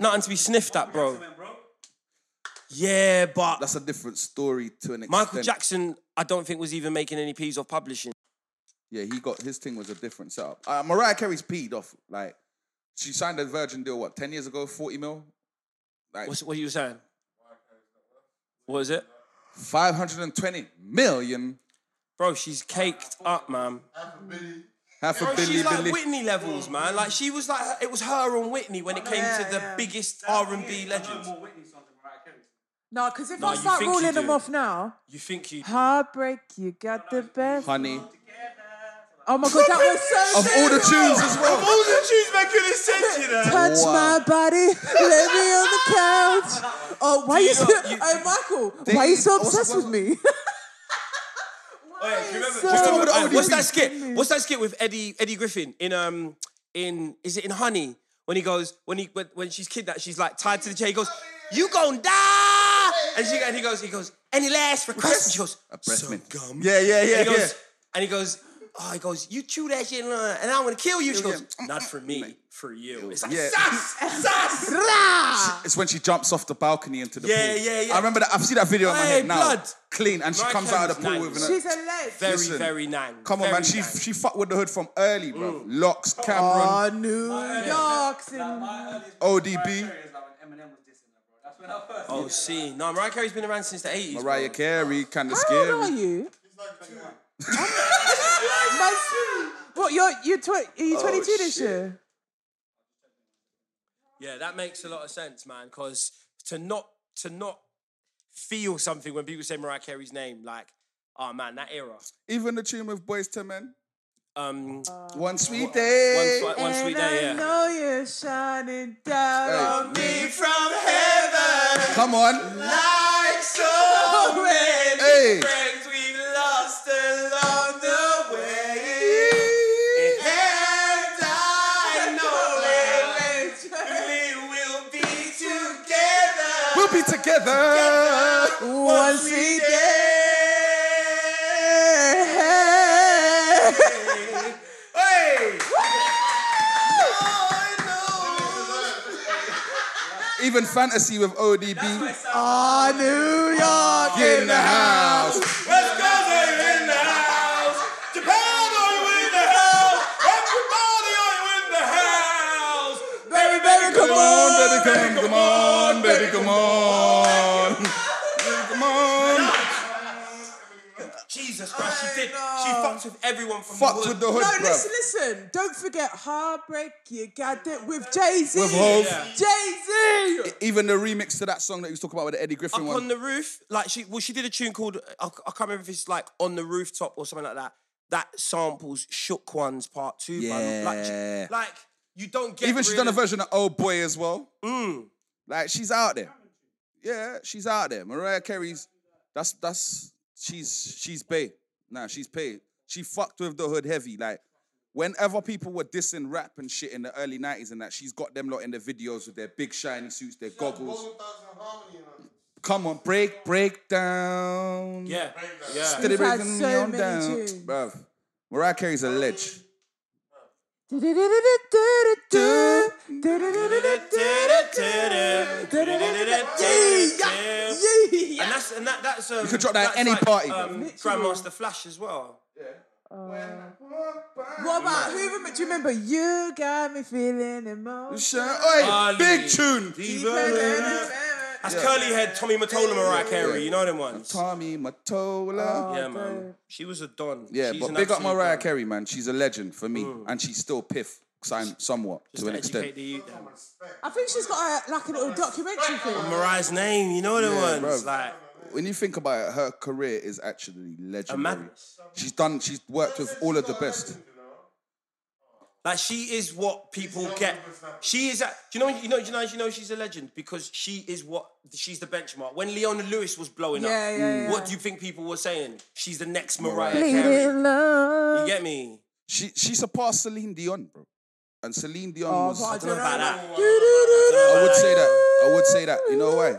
Speaker 1: nothing to be sniffed at, bro. Yeah, but
Speaker 3: That's a different story to an extent.
Speaker 1: Michael Jackson, I don't think was even making any P's or publishing.
Speaker 3: Yeah, he got his thing was a different setup. Uh, Mariah Carey's peed off. Like she signed a Virgin deal what ten years ago, forty mil, like
Speaker 1: What's, what are you saying? What is it?
Speaker 3: five hundred and twenty million,
Speaker 1: Bro, she's caked up, man.
Speaker 3: half
Speaker 1: Bro,
Speaker 3: a billion.
Speaker 1: she's like
Speaker 3: billion.
Speaker 1: Whitney levels, man. Like she was like it was her and Whitney when it came to the biggest R and B legends.
Speaker 2: no, because if
Speaker 1: No,
Speaker 2: I
Speaker 1: you
Speaker 2: start
Speaker 1: think you
Speaker 2: ruling
Speaker 1: do.
Speaker 2: them off now,
Speaker 1: You think you
Speaker 2: heartbreak, you got the best.
Speaker 3: Honey,
Speaker 2: Oh my god, that was so.
Speaker 3: of all the tunes as well.
Speaker 1: all the tunes that could have sent you there?
Speaker 2: Touch my body, lay me on the couch. Oh, why
Speaker 1: you
Speaker 2: you? so
Speaker 1: know- you-
Speaker 2: oh, Michael, why are you so
Speaker 3: what's-
Speaker 2: obsessed with me?
Speaker 1: Oh, yeah, do you remember-
Speaker 2: So
Speaker 1: do you remember-
Speaker 2: What's wrong
Speaker 1: uh,
Speaker 2: with
Speaker 1: what's
Speaker 2: the
Speaker 1: that skit? What's that skit with Eddie Eddie Griffin in um in is it in Honey when he goes when he when, when she's kidnapped she's like tied to the chair he goes you gonna die and she and he goes he goes any last request and she goes
Speaker 3: A breath
Speaker 1: some
Speaker 3: mint.
Speaker 1: gum
Speaker 3: Yeah, yeah, yeah,
Speaker 1: and he
Speaker 3: yeah.
Speaker 1: goes and he goes. Oh, he goes, you chew that shit, uh, and I'm gonna kill you. She goes, not for me, for you. It's like,
Speaker 3: Yeah.
Speaker 1: sus, sus.
Speaker 3: It's when she jumps off the balcony into the
Speaker 1: Yeah,
Speaker 3: pool.
Speaker 1: yeah, yeah.
Speaker 3: I remember that. I've seen that video in my
Speaker 1: Hey,
Speaker 3: head now.
Speaker 1: blood.
Speaker 3: Clean, and she
Speaker 1: Mariah
Speaker 3: comes out of the
Speaker 1: Carey's
Speaker 3: pool
Speaker 1: nice.
Speaker 3: with an.
Speaker 2: She's a leg.
Speaker 1: Very,
Speaker 3: Listen,
Speaker 1: very nang.
Speaker 3: Come on,
Speaker 1: Very
Speaker 3: man. She
Speaker 1: nang.
Speaker 3: she fucked with the hood from early,
Speaker 1: Mm.
Speaker 3: bro. Locks, Cameron,
Speaker 2: Oh, New York's in.
Speaker 3: ODB,
Speaker 1: Oh, see, no, Mariah Carey's been around since the 80s. bro.
Speaker 3: Mariah Carey, kind of
Speaker 2: How old are
Speaker 3: scary.
Speaker 2: you? Must- What you're you're tw- are
Speaker 1: Oh,
Speaker 2: you 22 this year?
Speaker 1: Yeah, that makes a lot of sense, man. Because to not to not feel something when people say Mariah Carey's name, like, oh man, that era.
Speaker 3: Even the tune with Boys to Men.
Speaker 1: Um,
Speaker 3: One sweet day.
Speaker 1: one, one
Speaker 2: and
Speaker 1: sweet day,
Speaker 2: I
Speaker 1: yeah.
Speaker 2: know you're shining down
Speaker 3: Hey.
Speaker 2: on me.
Speaker 1: from heaven,
Speaker 3: Come on.
Speaker 1: like so many
Speaker 3: Hey.
Speaker 1: friends we lost along the way. And I we will be together.
Speaker 3: We'll be together.
Speaker 2: Once we
Speaker 1: Hey!
Speaker 3: Even fantasy with ODB
Speaker 2: New York
Speaker 3: in the house.
Speaker 1: Let's go, she did. She fucked with everyone from
Speaker 3: Fucked
Speaker 1: the hood.
Speaker 3: with the hood,
Speaker 2: no, listen, listen. Don't forget Heartbreak, you got it with Jay Z.
Speaker 3: With Hov.
Speaker 2: Jay Z.
Speaker 3: Even the remix to that song that you was talking about with the Eddie Griffin
Speaker 1: Up
Speaker 3: one.
Speaker 1: on the roof, like she well, she did a tune called I, I can't remember if it's like on the rooftop or something like that. That samples Shook Ones Part Two. man. Like,
Speaker 3: Yeah.
Speaker 1: she- like you don't get. Mm.
Speaker 3: Even she's done a
Speaker 1: rid of-
Speaker 3: version of Oh Boy as well. Like she's out there. Yeah, she's out there. Mariah Carey's that's that's she's she's bae. Nah, she's paid. She fucked with the hood heavy. Like whenever people were dissing rap and shit in the early 90s and that, she's got them lot in the videos with their big shiny suits, their goggles. Come on, break, break down.
Speaker 1: Yeah. Yeah.
Speaker 3: Steady
Speaker 2: She's had
Speaker 3: breaking
Speaker 2: so
Speaker 3: me on
Speaker 2: many
Speaker 3: down.
Speaker 2: tunes.
Speaker 3: Bruv, Mariah Carey's a ledge.
Speaker 1: And that's and that that's um,
Speaker 3: You could drop that at
Speaker 1: that's
Speaker 3: any
Speaker 1: like,
Speaker 3: party, bro.
Speaker 1: Um, Grandmaster Flash as well.
Speaker 2: What about who? Remember, do you remember? You got me feeling
Speaker 3: Sure.
Speaker 2: emotional.
Speaker 3: Oi,
Speaker 1: Ali.
Speaker 3: big tune.
Speaker 1: That's curly head Tommy Matola Mariah Carey. You know them ones.
Speaker 3: Tommy Matola.
Speaker 1: yeah, man. She was a don.
Speaker 3: Yeah,
Speaker 1: She's
Speaker 3: but
Speaker 1: an
Speaker 3: big up
Speaker 1: absolute
Speaker 3: Mariah
Speaker 1: don.
Speaker 3: Carey, man. She's a legend for me, and she's still piff, sim- somewhat
Speaker 1: Just
Speaker 3: to an
Speaker 1: to educate
Speaker 3: extent.
Speaker 1: the youth. then.
Speaker 2: I think she's got a, like a little documentary thing.
Speaker 1: Mariah's name, you know them
Speaker 3: Yeah,
Speaker 1: ones.
Speaker 3: bruv.
Speaker 1: Like
Speaker 3: When you think about it, her career is actually legendary.
Speaker 1: madness.
Speaker 3: She's done. She's worked with all of the best.
Speaker 1: Like she is what people get. She is. A, do you know? You know. You know. You know. She's a legend because she is what. She's the benchmark. When Leona Lewis was blowing
Speaker 2: Yeah,
Speaker 1: up,
Speaker 2: yeah, Mm. yeah.
Speaker 1: what do you think people were saying? She's the next Mariah
Speaker 2: Bleed
Speaker 1: Carey.
Speaker 2: in love.
Speaker 1: You get me?
Speaker 3: She she surpassed Celine Dion, bro. And Celine Dion
Speaker 2: Oh,
Speaker 3: was.
Speaker 2: but I
Speaker 3: I
Speaker 2: don't know
Speaker 1: What about that?
Speaker 3: would say that. I would say that. You know why?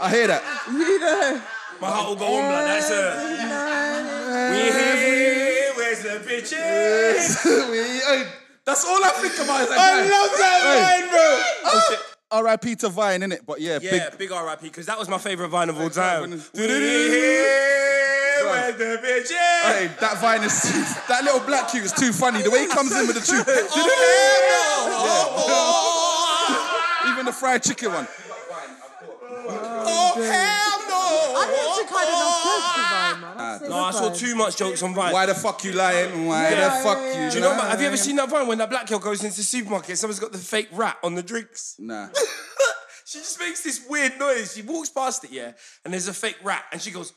Speaker 3: I hear that.
Speaker 2: You know.
Speaker 1: My heart will go on blood. That's her. We here. Where's the bitches?
Speaker 3: Hey, That's all I think about. Is that
Speaker 1: I
Speaker 3: guy.
Speaker 1: love that line, bro.
Speaker 3: Oh, R.I.P. to Vine, innit? But yeah, big
Speaker 1: Yeah, big, RIP, because that was my favorite Vine of all
Speaker 3: Exactly.
Speaker 1: time. We here. Where's the bitches?
Speaker 3: Hey, that vine is too, that little black cute is too funny. The way he comes in with the tube.
Speaker 1: Oh,
Speaker 3: Even the fried chicken one.
Speaker 1: Oh,
Speaker 2: I need to kind of not touch the vibe, man.
Speaker 1: No, I saw too much jokes on Vine.
Speaker 3: Why the fuck you lying? Why
Speaker 2: Yeah,
Speaker 3: the fuck
Speaker 2: yeah, yeah.
Speaker 3: you?
Speaker 1: Do you know, man,
Speaker 3: lying?
Speaker 1: have you ever seen that Vine when that black girl goes into the supermarket? Someone's got the fake rat on the drinks.
Speaker 3: Nah.
Speaker 1: She just makes this weird noise. She walks past it, yeah, and there's a fake rat, and she goes,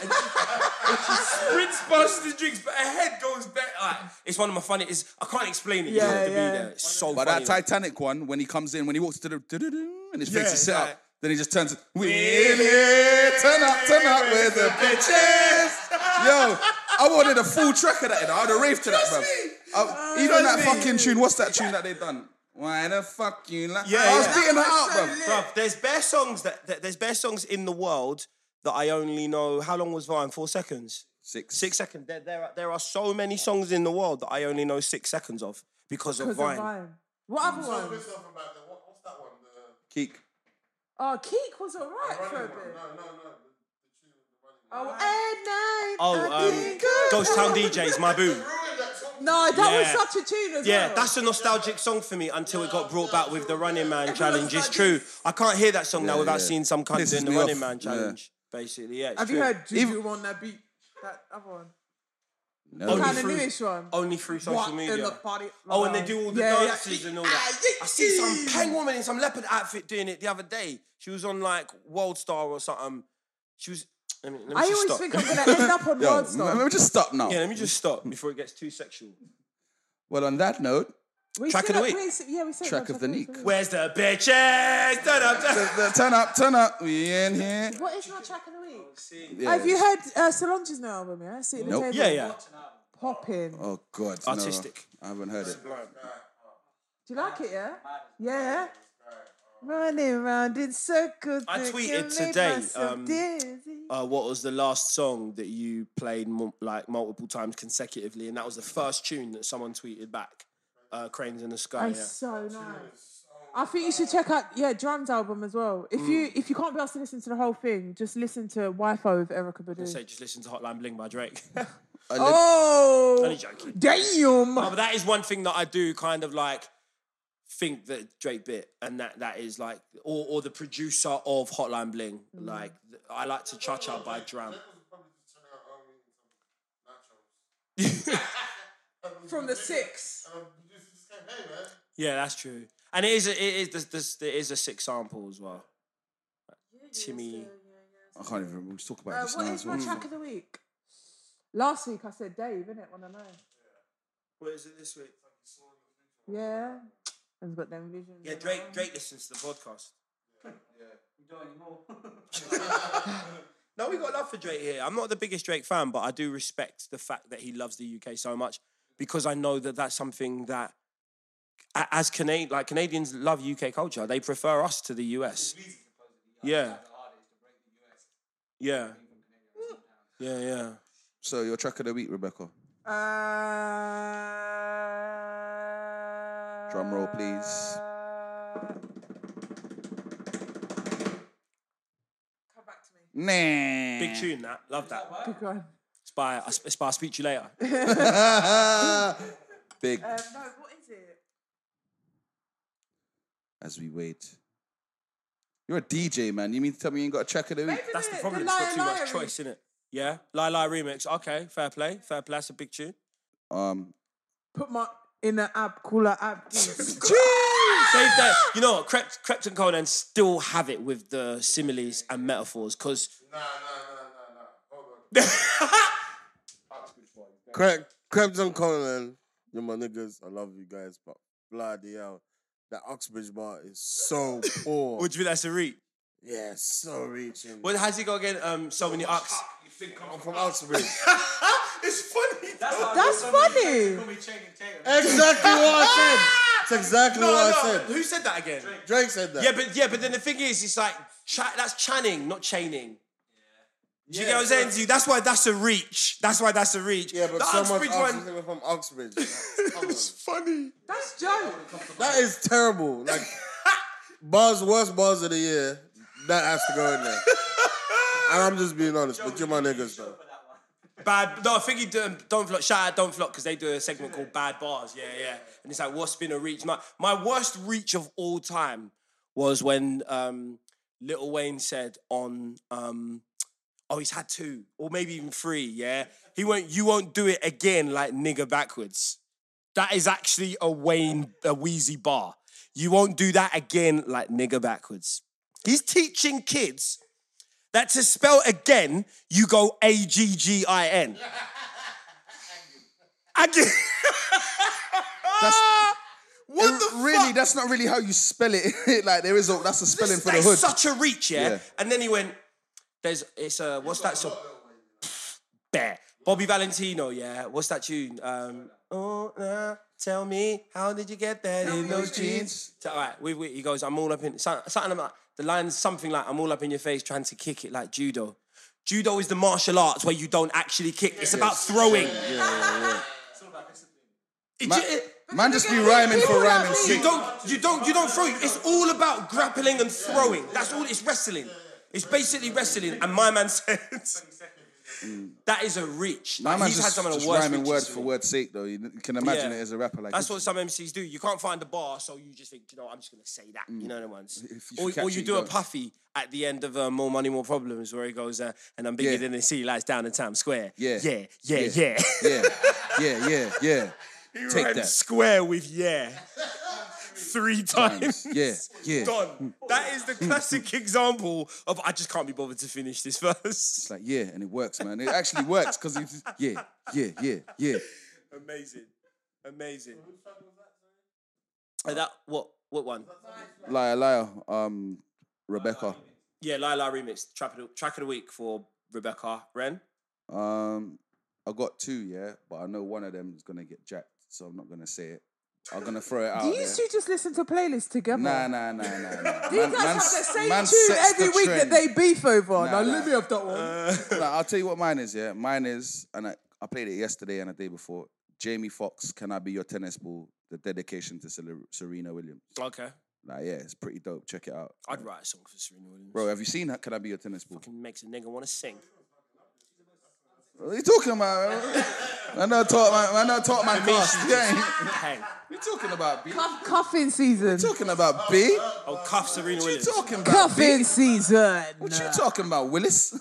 Speaker 1: and she, and she sprints past the drinks, but her head goes back. Like, it's one of my funny. It's, I can't explain it. you
Speaker 2: Yeah,
Speaker 1: have to
Speaker 2: yeah.
Speaker 1: be there. It's so
Speaker 3: But
Speaker 1: Oh, funny.
Speaker 3: that Titanic one, when he comes in, when he walks to the doo-doo-doo, and his
Speaker 1: Yeah,
Speaker 3: face is set
Speaker 1: like-
Speaker 3: up, then he just turns. We in here, turn up, turn up with the bitches. Yo, I wanted a full track of that. You know? I'd have raved to that, bro.
Speaker 1: Uh,
Speaker 3: Even that fucking tune. What's that tune that they done? Why the fuck you? Like?
Speaker 1: Yeah,
Speaker 3: I was
Speaker 1: yeah.
Speaker 3: beating her out,
Speaker 2: so
Speaker 3: bro.
Speaker 2: lit.
Speaker 1: Bruv, there's bare songs that, that there's bare songs in the world that I only know. How long was Vine? Four seconds.
Speaker 3: Six.
Speaker 1: Six seconds. There, there, are, there are so many songs in the world that I only know six seconds of because of
Speaker 2: Because
Speaker 1: Vine.
Speaker 2: of vibe. What other one?
Speaker 3: Keek.
Speaker 2: Oh, Keek was alright for a bit. Oh, at night. I
Speaker 1: Oh, um,
Speaker 2: think of-
Speaker 1: Ghost Town DJs, my boo.
Speaker 2: No, that
Speaker 1: Yeah.
Speaker 2: was such a tune as well.
Speaker 1: Yeah, that's a nostalgic song for me until it got brought back with the Running Man challenge. It's true. I can't hear that song now without
Speaker 3: yeah.
Speaker 1: seeing some cunt
Speaker 3: Pisses
Speaker 1: doing the
Speaker 3: me
Speaker 1: Running
Speaker 3: off,
Speaker 1: Man
Speaker 3: yeah.
Speaker 1: challenge. Basically, yeah. it's
Speaker 2: Have you
Speaker 1: true.
Speaker 2: heard Juju on that beat? That other one.
Speaker 3: No.
Speaker 2: Kind of
Speaker 1: through-
Speaker 2: newish one.
Speaker 1: Only through social
Speaker 2: What in
Speaker 1: media.
Speaker 2: the body-
Speaker 1: oh, and they do all the
Speaker 2: Yeah, Ah, yeah.
Speaker 1: dances and all that. I see some pang woman in some leopard outfit doing it the other day. She was on like World Star or something. She was. Let me, let me
Speaker 2: I
Speaker 1: just
Speaker 2: always
Speaker 1: stop.
Speaker 2: think I'm going to end up on
Speaker 3: Yo,
Speaker 2: World
Speaker 3: let me just stop now.
Speaker 1: yeah, let me just stop before it gets too sexual.
Speaker 3: Well, on that note,
Speaker 2: We
Speaker 1: Track
Speaker 2: said
Speaker 1: of the
Speaker 2: that-
Speaker 1: week.
Speaker 2: we said- yeah, we said
Speaker 3: Track
Speaker 2: that,
Speaker 3: of the week.
Speaker 2: week.
Speaker 1: Where's the bitches?
Speaker 3: the, the- turn up, turn up. We in here.
Speaker 2: What is my track of the week?
Speaker 3: Yeah.
Speaker 2: Have you heard uh, Solange's new album? Yeah, Sit at the
Speaker 3: Nope.
Speaker 2: Table?
Speaker 1: Yeah, yeah.
Speaker 2: Popping.
Speaker 3: Oh God, no.
Speaker 1: Artistic.
Speaker 3: I haven't heard it.
Speaker 2: Do you like it? Yeah. Yeah. Running round in circles.
Speaker 1: I
Speaker 2: that
Speaker 1: tweeted
Speaker 2: can make
Speaker 1: today,
Speaker 2: myself
Speaker 1: um,
Speaker 2: dizzy.
Speaker 1: uh, what was the last song that you played mul- like multiple times consecutively, and that was the first tune that someone tweeted back. Uh, Cranes in the Sky.
Speaker 2: It's
Speaker 1: Yeah.
Speaker 2: so nice. I think you should check out yeah Drum's album as well. If you
Speaker 1: Mm.
Speaker 2: if you can't be asked to listen to the whole thing, just listen to Wi-Fi with Erica Badu.
Speaker 1: Say just listen to Hotline Bling by Drake.
Speaker 2: oh,
Speaker 1: Only joking.
Speaker 2: damn!
Speaker 1: No, but that is one thing that I do kind of like think that Drake bit, and that that is like, or or the producer of Hotline Bling. Like I like to cha cha by Dram.
Speaker 2: From the six.
Speaker 1: Yeah, that's true. And it is a, it is this, this there is a six sample as well. Timmy.
Speaker 3: I can't even remember. We was talking about
Speaker 2: Uh,
Speaker 3: this
Speaker 2: what
Speaker 3: now
Speaker 2: is
Speaker 3: as
Speaker 2: my
Speaker 3: well.
Speaker 2: track of the week? Last week I said Dave, innit? When I know.
Speaker 1: What is it this week?
Speaker 2: Yeah. I've got them visions.
Speaker 1: Yeah, Drake Drake listens to the podcast. No, we got love for Drake here. I'm not the biggest Drake fan, but I do respect the fact that he loves the UK so much because I know that that's something that, a- as Canadian, like Canadians love UK culture. They prefer us to the US. Yeah. Yeah. Yeah, yeah.
Speaker 3: So your track of the week, Rebecca.
Speaker 2: Uh,
Speaker 3: Drum roll, please. Come back to me. Nah.
Speaker 1: Big tune that. Love that.
Speaker 2: Good one.
Speaker 1: It's by, it's by I'll speak to you later.
Speaker 3: Big.
Speaker 2: Um, no, what is it?
Speaker 3: As we wait. You're a DJ, man. You mean to tell me you ain't got a track of the week?
Speaker 1: That's the problem. It's got too much choice, in it? Yeah. Lai Lai remix. Okay, fair play. Fair play. That's a big tune.
Speaker 3: Um,
Speaker 2: Put my inner app, cooler app. Jeez.
Speaker 1: Save that. You know what? Crept, Crept and Conan still have it with the similes and metaphors because.
Speaker 5: Craig, Krebs and Conan, you're my niggas. I love you guys, but bloody hell, that Oxbridge bar is so poor.
Speaker 1: Would you think that's a reach?
Speaker 5: Yeah, so reaching.
Speaker 1: What has he got again? Um, so many ups.
Speaker 5: You think I'm from Oxbridge?
Speaker 1: it's funny. That's,
Speaker 2: That's funny.
Speaker 5: exactly what I said. It's exactly
Speaker 1: No,
Speaker 5: what
Speaker 1: no.
Speaker 5: I said.
Speaker 1: Who said that again?
Speaker 5: Drake said that.
Speaker 1: Yeah, but yeah, but then the thing is, it's like cha- that's Channing, not chaining. Do you get what I'm saying to you? That's why that's a reach. That's why that's a reach.
Speaker 5: Yeah, but
Speaker 1: the
Speaker 5: someone
Speaker 1: Uxbridge
Speaker 5: asked
Speaker 1: one.
Speaker 5: me if I'm from Oxbridge.
Speaker 1: it's funny.
Speaker 2: That's Joe.
Speaker 5: that is terrible. Like bars, worst bars of the year. That has to go in there. And I'm just being honest, but you're my niggas though.
Speaker 1: Bad. No, I think you do. um, Don't flop. Shout out, don't flop, because they do a segment called Bad Bars. Yeah, yeah. And it's like, what's been a reach? My my worst reach of all time was when um, Little Wayne said on, um, oh, he's had two or maybe even three. Yeah, he went, you won't do it again, like nigger backwards. That is actually a Wayne, a Wheezy bar. You won't do that again, like nigger backwards. He's teaching kids that to spell again, you go A G G I N. Again.
Speaker 3: That's,
Speaker 1: What
Speaker 3: it-
Speaker 1: the
Speaker 3: really,
Speaker 1: fuck?
Speaker 3: that's not really how you spell it. like there is a that's a spelling for the hood.
Speaker 1: That's such a reach, yeah?
Speaker 3: Yeah.
Speaker 1: And then he went, there's, it's a, what's that song? Bear. Bobby Valentino, yeah? What's that tune? Um, oh, nah, tell me, how did you get that in those jeans? So, all right, we, we, he goes, I'm all up in, so- something like, the line's something like, I'm all up in your face trying to kick it like judo. Judo is the martial arts where you don't actually kick. It's about throwing. It
Speaker 3: Ma-
Speaker 1: ju-
Speaker 3: man just be rhyming for rhyming
Speaker 1: You
Speaker 3: sake.
Speaker 1: don't, you don't, you don't throw. It's all about grappling and throwing. That's all. It's wrestling. It's basically wrestling. And my man said, that is a reach.
Speaker 3: My
Speaker 1: Like,
Speaker 3: man's
Speaker 1: he's had
Speaker 3: just,
Speaker 1: some of
Speaker 3: just
Speaker 1: the worst
Speaker 3: rhyming
Speaker 1: reaches
Speaker 3: word
Speaker 1: to
Speaker 3: for
Speaker 1: me.
Speaker 3: word's sake, though. You can imagine
Speaker 1: Yeah.
Speaker 3: it as a rapper. Like
Speaker 1: That's
Speaker 3: this.
Speaker 1: what some MCs do. You can't find the bar, so you just think, you know, I'm just gonna say that. You know the ones.
Speaker 3: Mm. you
Speaker 1: Or,
Speaker 3: catch
Speaker 1: or
Speaker 3: it,
Speaker 1: you
Speaker 3: you
Speaker 1: do a
Speaker 3: don't.
Speaker 1: puffy at the end of uh, More Money, More Problems, where he goes, uh, and I'm bigger
Speaker 3: Yeah.
Speaker 1: than the city lights down in Times Square.
Speaker 3: Yeah.
Speaker 1: yeah, yeah, yeah.
Speaker 3: yeah, yeah, yeah, yeah. Take
Speaker 1: Rhymed
Speaker 3: that.
Speaker 1: Square with yeah. Three times.
Speaker 3: Yeah, yeah.
Speaker 1: Done. That is the classic example of I just can't be bothered to finish this verse.
Speaker 3: It's like yeah, and it works, man. It actually works because you just- yeah, yeah, yeah, yeah.
Speaker 1: Amazing. Amazing. And that what what one?
Speaker 3: Liar, liar. Um, Rebecca.
Speaker 1: Yeah, Lila remix, track of the, track of the week for Rebecca Wren.
Speaker 3: Um, I got two, yeah, but I know one of them is gonna get jacked, so I'm not gonna say it. I'm gonna throw it out
Speaker 2: Do you
Speaker 3: there.
Speaker 2: two just listen to playlists together?
Speaker 3: Nah, nah, nah, nah. nah.
Speaker 2: Do you
Speaker 3: Man-
Speaker 2: guys have
Speaker 3: man
Speaker 2: the
Speaker 3: s-
Speaker 2: same
Speaker 3: man
Speaker 2: tune
Speaker 3: sets
Speaker 2: every
Speaker 3: the
Speaker 2: week that
Speaker 3: trend.
Speaker 2: they beef over?
Speaker 3: Nah, Uh,
Speaker 2: now,
Speaker 3: nah.
Speaker 2: let me have that one.
Speaker 3: Nah, I'll tell you what mine is. Yeah, mine is, and I, I played it yesterday and the day before. Jamie Foxx, "Can I Be Your Tennis Ball?" The dedication to Sele- Serena Williams.
Speaker 1: Okay.
Speaker 3: Like, yeah, it's pretty dope. Check it out,
Speaker 1: I'd write a song for Serena Williams.
Speaker 3: bro. Have you seen that? "Can I Be Your Tennis Ball"?
Speaker 1: Fucking makes a nigga wanna sing.
Speaker 3: What are you talking about? bro? I know I talk my, I know I talk my class. Yeah,
Speaker 1: Hey.
Speaker 3: you talking about B? You
Speaker 2: Cuff, cuffing season.
Speaker 3: talking about B?
Speaker 1: Oh cuff Serena
Speaker 3: What you
Speaker 1: Williams.
Speaker 3: talking about B?
Speaker 2: Cuffing season.
Speaker 3: What you talking about, Willis?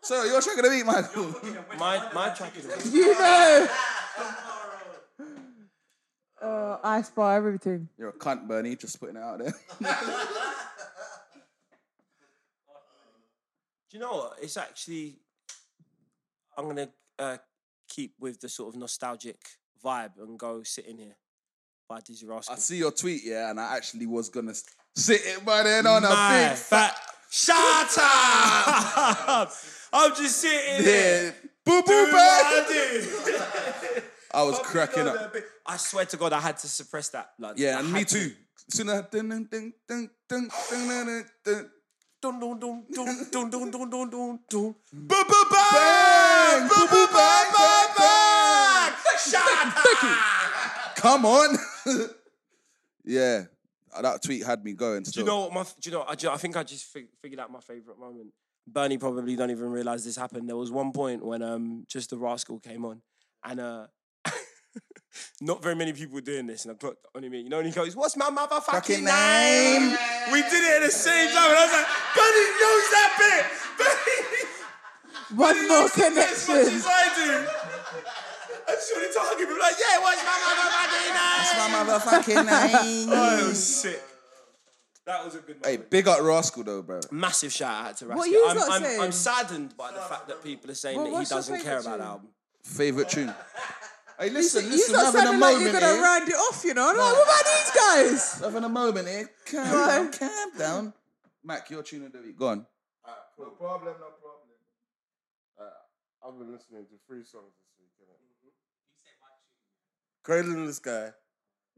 Speaker 3: so you're trying to beat Michael.
Speaker 1: My my track of the week.
Speaker 2: You know, Uh, I spy every team.
Speaker 3: You're a cunt, Bernie. Just putting it out there.
Speaker 1: Do you know what? It's actually I'm gonna uh, keep with the sort of nostalgic vibe and go sit in here by Dizzy Rascal.
Speaker 3: I see your tweet, yeah, and I actually was gonna s- sit it by then on a
Speaker 1: My
Speaker 3: big fat.
Speaker 1: Shut up! I'm just sitting there.
Speaker 3: Boo boo
Speaker 1: I
Speaker 3: was cracking up.
Speaker 1: I swear to God, I had to suppress that. Like,
Speaker 3: Yeah,
Speaker 1: I
Speaker 3: and
Speaker 1: had
Speaker 3: me
Speaker 1: to.
Speaker 3: too. Soon I dun dun dun dun dun dun dun dun dun.
Speaker 1: Dun dun dun dun dun dun dun dun dun dun.
Speaker 3: Boo boo bang! Boo boo bang! Bang bang!
Speaker 1: Shut
Speaker 3: up! Come on! Yeah, that tweet had me going.
Speaker 1: Do
Speaker 3: Still.
Speaker 1: you know what my? Do you know? I, ju- I think I just fig- figured out my favorite moment. Bernie probably don't even realize this happened. There was one point when um just the rascal came on, and uh. Not very many people were doing this, and I got only me. You know, and he goes, "What's my motherfucking name?" We did it at the same time, and I was like, "Bernie knows that bit." Bernie,
Speaker 2: One
Speaker 1: Bernie
Speaker 2: more
Speaker 1: knows it as much
Speaker 2: connection.
Speaker 1: as I do. I just wanted to hug him. Like, yeah, what's my motherfucking name? Oh, it was sick. That was a good.
Speaker 3: Hey, big up Rascal thocal though, bro.
Speaker 1: Massive shout out to Rascal.
Speaker 2: What are you
Speaker 1: I'm,
Speaker 2: lot
Speaker 1: I'm, I'm
Speaker 2: saying?
Speaker 1: saddened by the fact that people are saying
Speaker 2: Well,
Speaker 1: that he
Speaker 2: what's your
Speaker 1: doesn't care
Speaker 2: favourite
Speaker 1: about the
Speaker 2: tune?
Speaker 1: album.
Speaker 3: Favorite tune. Hey,
Speaker 2: Listen,
Speaker 3: listen,
Speaker 2: you
Speaker 3: listen.
Speaker 2: lot
Speaker 3: having a
Speaker 2: sounding like
Speaker 3: moment eh?
Speaker 2: you're gonna
Speaker 3: here.
Speaker 2: round it off, you know. I'm like, what about these guys?
Speaker 3: Having a moment here. Calm
Speaker 2: Right.
Speaker 3: down, calm down. Mac, your tune of the week. Go on.
Speaker 5: No problem, no problem. Uh, I've been listening to three songs this week, innit? Mm-hmm. Cranes in the Sky.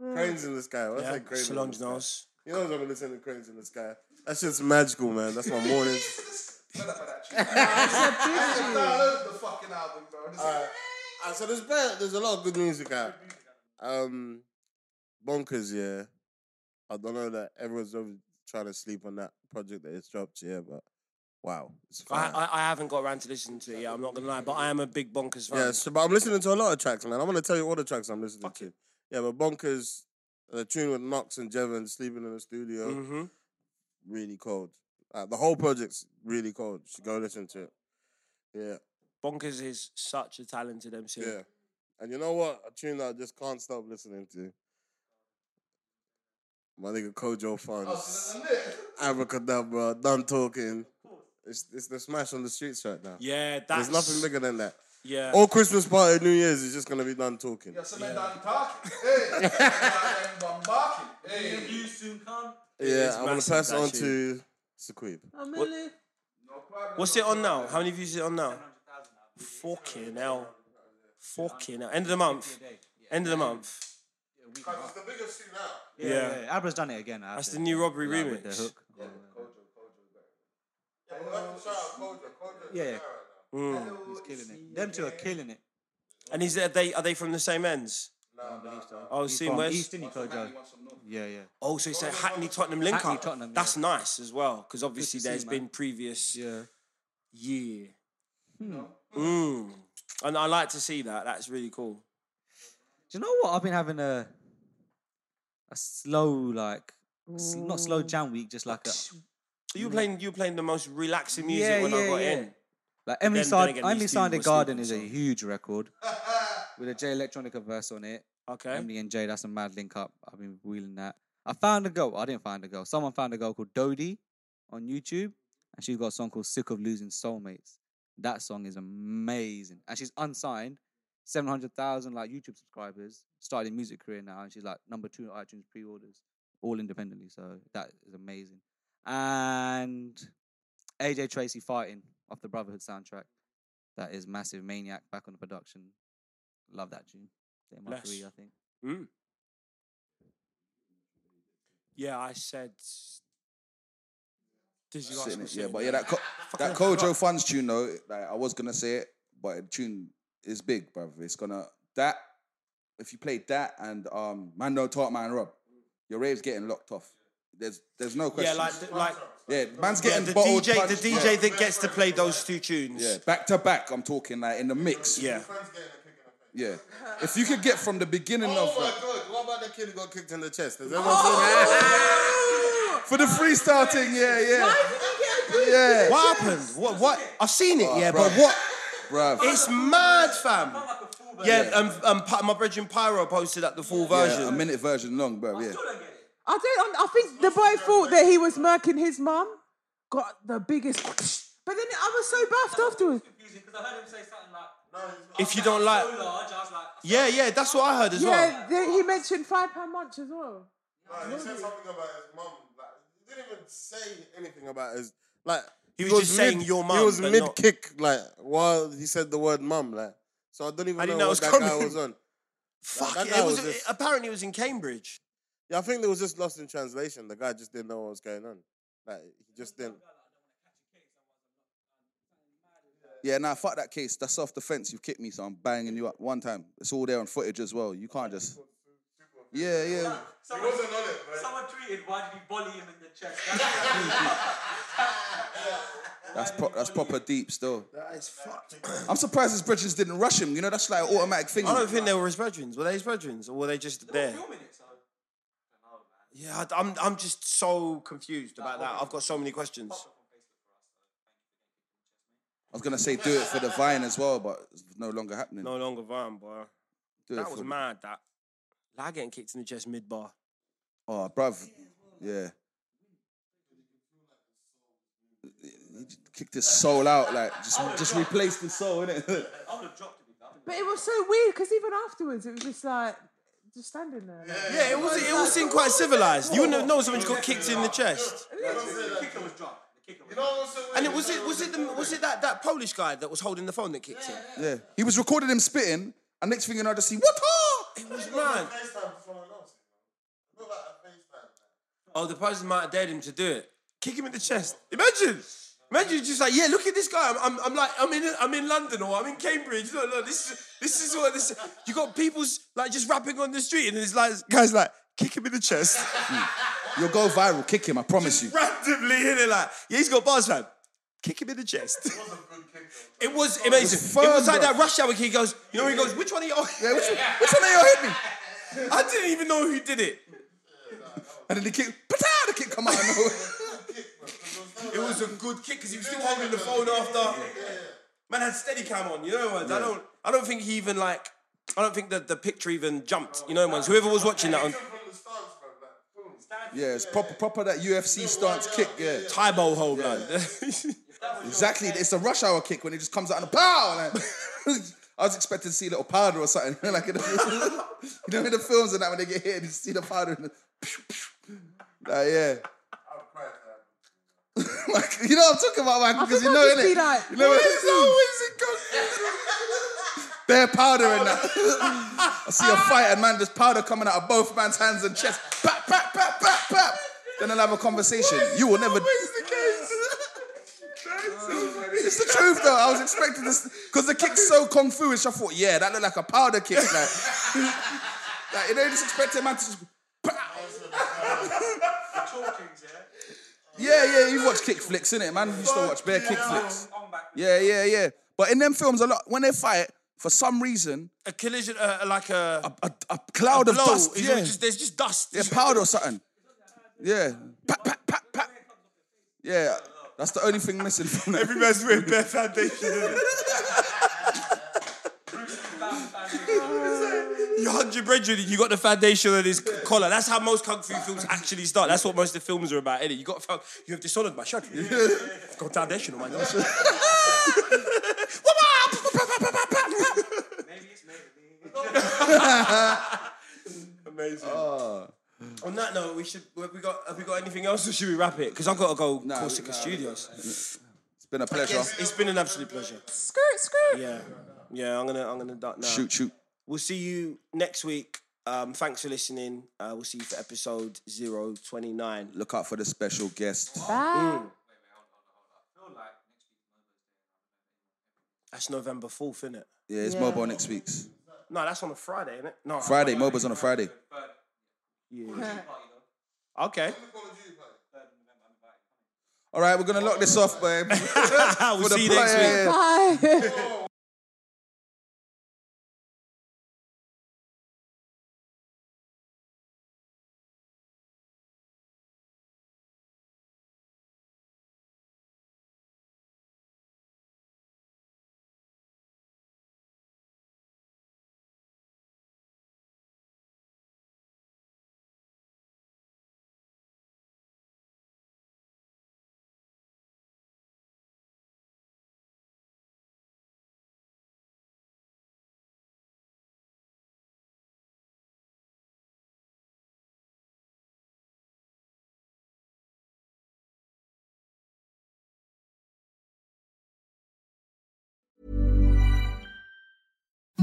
Speaker 5: Cranes in the Sky. What's
Speaker 1: Yeah,
Speaker 5: that Cranes in the
Speaker 1: Solange
Speaker 5: Sky?
Speaker 1: Knowles.
Speaker 5: You know I've been listening to Cranes in the Sky. That shit's magical, man. That's my morning.
Speaker 3: the fucking album, bro.
Speaker 5: Alright. Uh, so there's bad, there's a lot of good music out. Um, bonkers, yeah. I don't know that everyone's always trying to sleep on that project that it's dropped, yeah, but wow, it's
Speaker 1: I,
Speaker 5: fine.
Speaker 1: I, I haven't got around to listening to it yet. I'm not gonna lie, but I am a big bonkers fan.
Speaker 5: yeah, so, but I'm listening to a lot of tracks, man. I want to tell you all the tracks I'm listening to. Yeah, but bonkers, the tune with Knox and Jevon sleeping in the studio,
Speaker 1: Mhm.
Speaker 5: really cold. Uh, the whole project's really cold. You should go listen to it. Yeah.
Speaker 1: Bonkers is such a talented MC.
Speaker 5: Yeah. And you know what? A tune that I just can't stop listening to. My nigga Kojo Funds. Abracadabra, done talking. It's, it's the smash on the streets right now.
Speaker 1: Yeah,
Speaker 5: There's
Speaker 1: that's-
Speaker 5: nothing bigger than that.
Speaker 1: Yeah.
Speaker 5: All Christmas party, New Year's is just gonna be done talking.
Speaker 3: Some men done talking. Hey, done barking. Hey,
Speaker 4: you soon come.
Speaker 5: yeah,
Speaker 1: it's
Speaker 5: I'm gonna
Speaker 1: massive,
Speaker 5: pass it
Speaker 1: that
Speaker 5: on
Speaker 1: tune.
Speaker 5: to Sequib.
Speaker 1: What- What's it on now? How many views is it on now? Fucking hell. Fucking hell. End of the month. End of the month.
Speaker 5: It's the biggest thing now.
Speaker 4: Yeah,
Speaker 1: Yeah.
Speaker 4: yeah, yeah. Abra's done it again. I
Speaker 1: That's
Speaker 4: think.
Speaker 1: the new robbery
Speaker 4: Like, with
Speaker 1: remix.
Speaker 4: the hook. Oh, Yeah, yeah. He's killing it. Them two are killing it.
Speaker 1: Mm. And is are they are they from the same ends? Oh,
Speaker 4: He's
Speaker 1: seen
Speaker 4: from
Speaker 1: West.
Speaker 4: East, isn't he, Kojo? Yeah, yeah.
Speaker 1: Oh, so it's a Hackney Tottenham link
Speaker 4: Hackney
Speaker 1: up.
Speaker 4: Tottenham,
Speaker 1: That's nice as well, because obviously
Speaker 4: see,
Speaker 1: there's
Speaker 4: man.
Speaker 1: been previous
Speaker 4: yeah. Hmm.
Speaker 1: year. Mm. And I like to see that. That's really cool.
Speaker 4: Do you know what? I've been having a a slow, like, s- not slow jam week, just like a.
Speaker 1: You were playing you were playing the most relaxing music
Speaker 4: Hmm. Yeah,
Speaker 1: when I
Speaker 4: yeah,
Speaker 1: got
Speaker 4: yeah.
Speaker 1: in.
Speaker 4: Like
Speaker 1: But
Speaker 4: Emily
Speaker 1: then- then
Speaker 4: Sand,
Speaker 1: again,
Speaker 4: Emily
Speaker 1: these two were
Speaker 4: Sanded Garden is a
Speaker 1: sleeping, so-
Speaker 4: huge record with a J Electronica verse on it.
Speaker 1: Okay.
Speaker 4: Emily and Jay, that's a mad link up. I've been wheeling that. I found a girl. I didn't find a girl. Someone found a girl called Dodie on YouTube, and she's got a song called "Sick of Losing Soulmates." That song is amazing, and she's unsigned, seven hundred thousand like YouTube subscribers. Started a music career now, and she's like number two in iTunes pre-orders, all independently. So that is amazing. And AJ Tracy fighting off the Brotherhood soundtrack. That is massive. Maniac back on the production. Love that tune. Day my
Speaker 1: Bless.
Speaker 4: three, I think.
Speaker 1: Mm. Yeah, I said. Did you
Speaker 3: Sitting
Speaker 1: ask me?
Speaker 3: it, yeah, but yeah, that co-
Speaker 1: Fucking
Speaker 3: that
Speaker 1: forgot.
Speaker 3: Kojo Funds tune though, like, I was gonna say it, but the tune is big, bruv. It's gonna that if you play that and um man no talk man Rob, your rave's getting locked off. There's there's no
Speaker 1: Yeah,
Speaker 3: question.
Speaker 1: like the- like
Speaker 3: yeah, man's
Speaker 1: yeah,
Speaker 3: getting
Speaker 1: the
Speaker 3: bottled,
Speaker 1: DJ, the
Speaker 3: punched,
Speaker 1: DJ
Speaker 3: yeah.
Speaker 1: that gets to play those two tunes.
Speaker 3: yeah, back to back. I'm talking like in the mix.
Speaker 1: Yeah.
Speaker 3: yeah. If you could get from the beginning
Speaker 5: Oh
Speaker 3: of
Speaker 5: my
Speaker 3: like,
Speaker 5: god, what about the kid who got kicked in the chest? Has everyone Oh!
Speaker 3: for the freestyle thing, yeah, yeah,
Speaker 2: Why did you get a boot?
Speaker 3: yeah.
Speaker 1: What happened? What? What? I've seen it. yeah,
Speaker 3: bro.
Speaker 1: but what?
Speaker 3: Bruv.
Speaker 1: It's mad, fam. Yeah, and um, um, my brethren Pyro posted at the full version.
Speaker 3: Yeah, a minute version long, bro. Yeah.
Speaker 2: I don't. I think the boy thought that he was murking his mum. Got the biggest. But then I was so baffed afterwards.
Speaker 1: If you don't like, yeah, yeah, that's what I heard as well.
Speaker 2: Yeah, they- he mentioned five pound munch as well.
Speaker 5: He said something about his mum. Like, he didn't even say anything about his. Like
Speaker 1: He was just saying your mum,
Speaker 5: He was
Speaker 1: but
Speaker 5: mid
Speaker 1: not-
Speaker 5: kick. Like while he said the word mum. Like so, I don't even
Speaker 1: I
Speaker 5: know what
Speaker 1: didn't know it was
Speaker 5: that guy
Speaker 1: coming.
Speaker 5: was on.
Speaker 1: Fuck
Speaker 5: That
Speaker 1: it,
Speaker 5: guy
Speaker 1: it was,
Speaker 5: was just-
Speaker 1: apparently it was in Cambridge.
Speaker 5: Yeah, I think they was just lost in translation. The guy just didn't know what was going on. Like he just didn't.
Speaker 3: Yeah, now nah, fuck that case. That's self defense. You've kicked me, so I'm banging you up one time. It's all there on footage as well. You can't just. Yeah, yeah.
Speaker 4: Someone, someone tweeted, why did you bully him in the chest?
Speaker 3: That's pro- that's proper deep still.
Speaker 1: That is fucked.
Speaker 3: I'm surprised his bridges didn't rush him. You know, that's like an automatic thing.
Speaker 1: I don't think they were his brethren. Were they his brethren, or were they just there? Yeah, I- I'm. I'm just so confused about that. I've got so many questions.
Speaker 3: I was gonna say do it for the vine as well, but it's no longer happening.
Speaker 1: No longer Vine, bro.
Speaker 3: Do it
Speaker 1: that was
Speaker 3: for-
Speaker 1: mad. That like getting kicked in the chest mid bar.
Speaker 3: Oh, bruv. Yeah. He just kicked his soul out, like just just replaced his soul, innit?
Speaker 2: But it was so weird because even afterwards, it was just like just standing there. like-
Speaker 1: Yeah, it was. It all seemed quite civilized. You wouldn't have known someone just got kicked in the chest. And it was it was it the, was it that that Polish guy that was holding the phone that kicked him?
Speaker 3: Yeah. He was recording him spitting, and next thing you know, I just see what
Speaker 1: It was mad. Oh, the person might have dared him to do it. Kick him in the chest. Imagine. Imagine you're just like, yeah, look at this guy. I'm, I'm, I'm like, I'm in, I'm in London or I'm in Cambridge. Look, look, this, is- this is what this. You got people's like just rapping on the street, and it's like guys like kick him in the chest.
Speaker 3: Mm. You'll go viral, kick him, I promise you.
Speaker 1: randomly in it like, yeah, he's got bars, man. Kick him in the chest. It was amazing. It was,
Speaker 3: firm, bro.
Speaker 1: like that rush hour kid goes, you know, he goes, which one of y'all?
Speaker 3: Yeah, which, which one of y'all hit me?
Speaker 1: I didn't even know who did it.
Speaker 3: And then the kick, patah, the kick come out of nowhere.
Speaker 1: It was a good kick because he was still holding the phone after. Man had steady cam on, you know, ones. I don't I don't think he even like I don't think that the picture even jumped, you know, ones. Whoever was watching that um, on
Speaker 3: Yeah, it's proper, proper that UFC stance kick. Yeah,
Speaker 1: Tybo hole, man.
Speaker 3: exactly. It's a rush hour kick when it just comes out and pow. Like, I was expecting to see a little powder or something. like in the, you know, in the films and that when they get hit, and you see the powder. And the, like, yeah. like, you know what I'm talking about, man?
Speaker 2: I
Speaker 3: Because
Speaker 2: think
Speaker 3: you
Speaker 2: I'd
Speaker 3: know
Speaker 2: just
Speaker 3: it.
Speaker 2: be like,
Speaker 3: you know
Speaker 2: "What
Speaker 3: it.
Speaker 2: is
Speaker 3: It's always it Bare powder and that. I see a fight and man, there's powder coming out of both man's hands and chest. Pap, pap, pap, pap, pap. Then I'll have a conversation. You will never. It's the truth though. I was expecting this because the kick's so kung fuish. I thought, yeah, that looked like a powder kick. Like, like you know, just expecting man to just. Yeah, yeah, you've watched kick flicks, innit, man? You used to watch bare kick flicks. Yeah, yeah, yeah. But in them films, a lot when they fight, for some reason,
Speaker 1: a collision uh, like a,
Speaker 3: a, a cloud of
Speaker 1: blow,
Speaker 3: dust,
Speaker 1: it's
Speaker 3: yeah,
Speaker 1: just- there's just dust.
Speaker 3: yeah, powder or something. Yeah, pat, pat, pat, pat. Yeah, that's the only thing missing from that.
Speaker 1: Every man's wearing bare foundation. innit? Your hundred brethren, you got the foundation on his c- collar. That's how most kung fu films actually start. That's what most of the films are about, innit? You got found, you have dishonored my shadow. I've got foundation on my collar. Amazing.
Speaker 3: Oh.
Speaker 1: On that note, we should. Have we got? Have we got anything else, or should we wrap it? Because I've got to go Corsica Studios.
Speaker 3: It's been a pleasure.
Speaker 1: Yes, it's been an absolute pleasure.
Speaker 2: Skirt, skirt.
Speaker 1: Yeah, yeah. I'm gonna. I'm gonna duck now.
Speaker 3: Shoot, shoot.
Speaker 1: We'll see you next week. Um, thanks for listening. Uh, we'll see you for episode 029.
Speaker 3: Look out for the special guest.
Speaker 1: That's November 4th, innit?
Speaker 3: Yeah, it's mobile next week's
Speaker 1: No, that's on a Friday, innit? No.
Speaker 3: Friday. Mobile's on a Friday.
Speaker 1: Yeah. okay.
Speaker 3: All right, we're gonna lock this off, babe.
Speaker 1: we'll see you next week.
Speaker 2: Bye.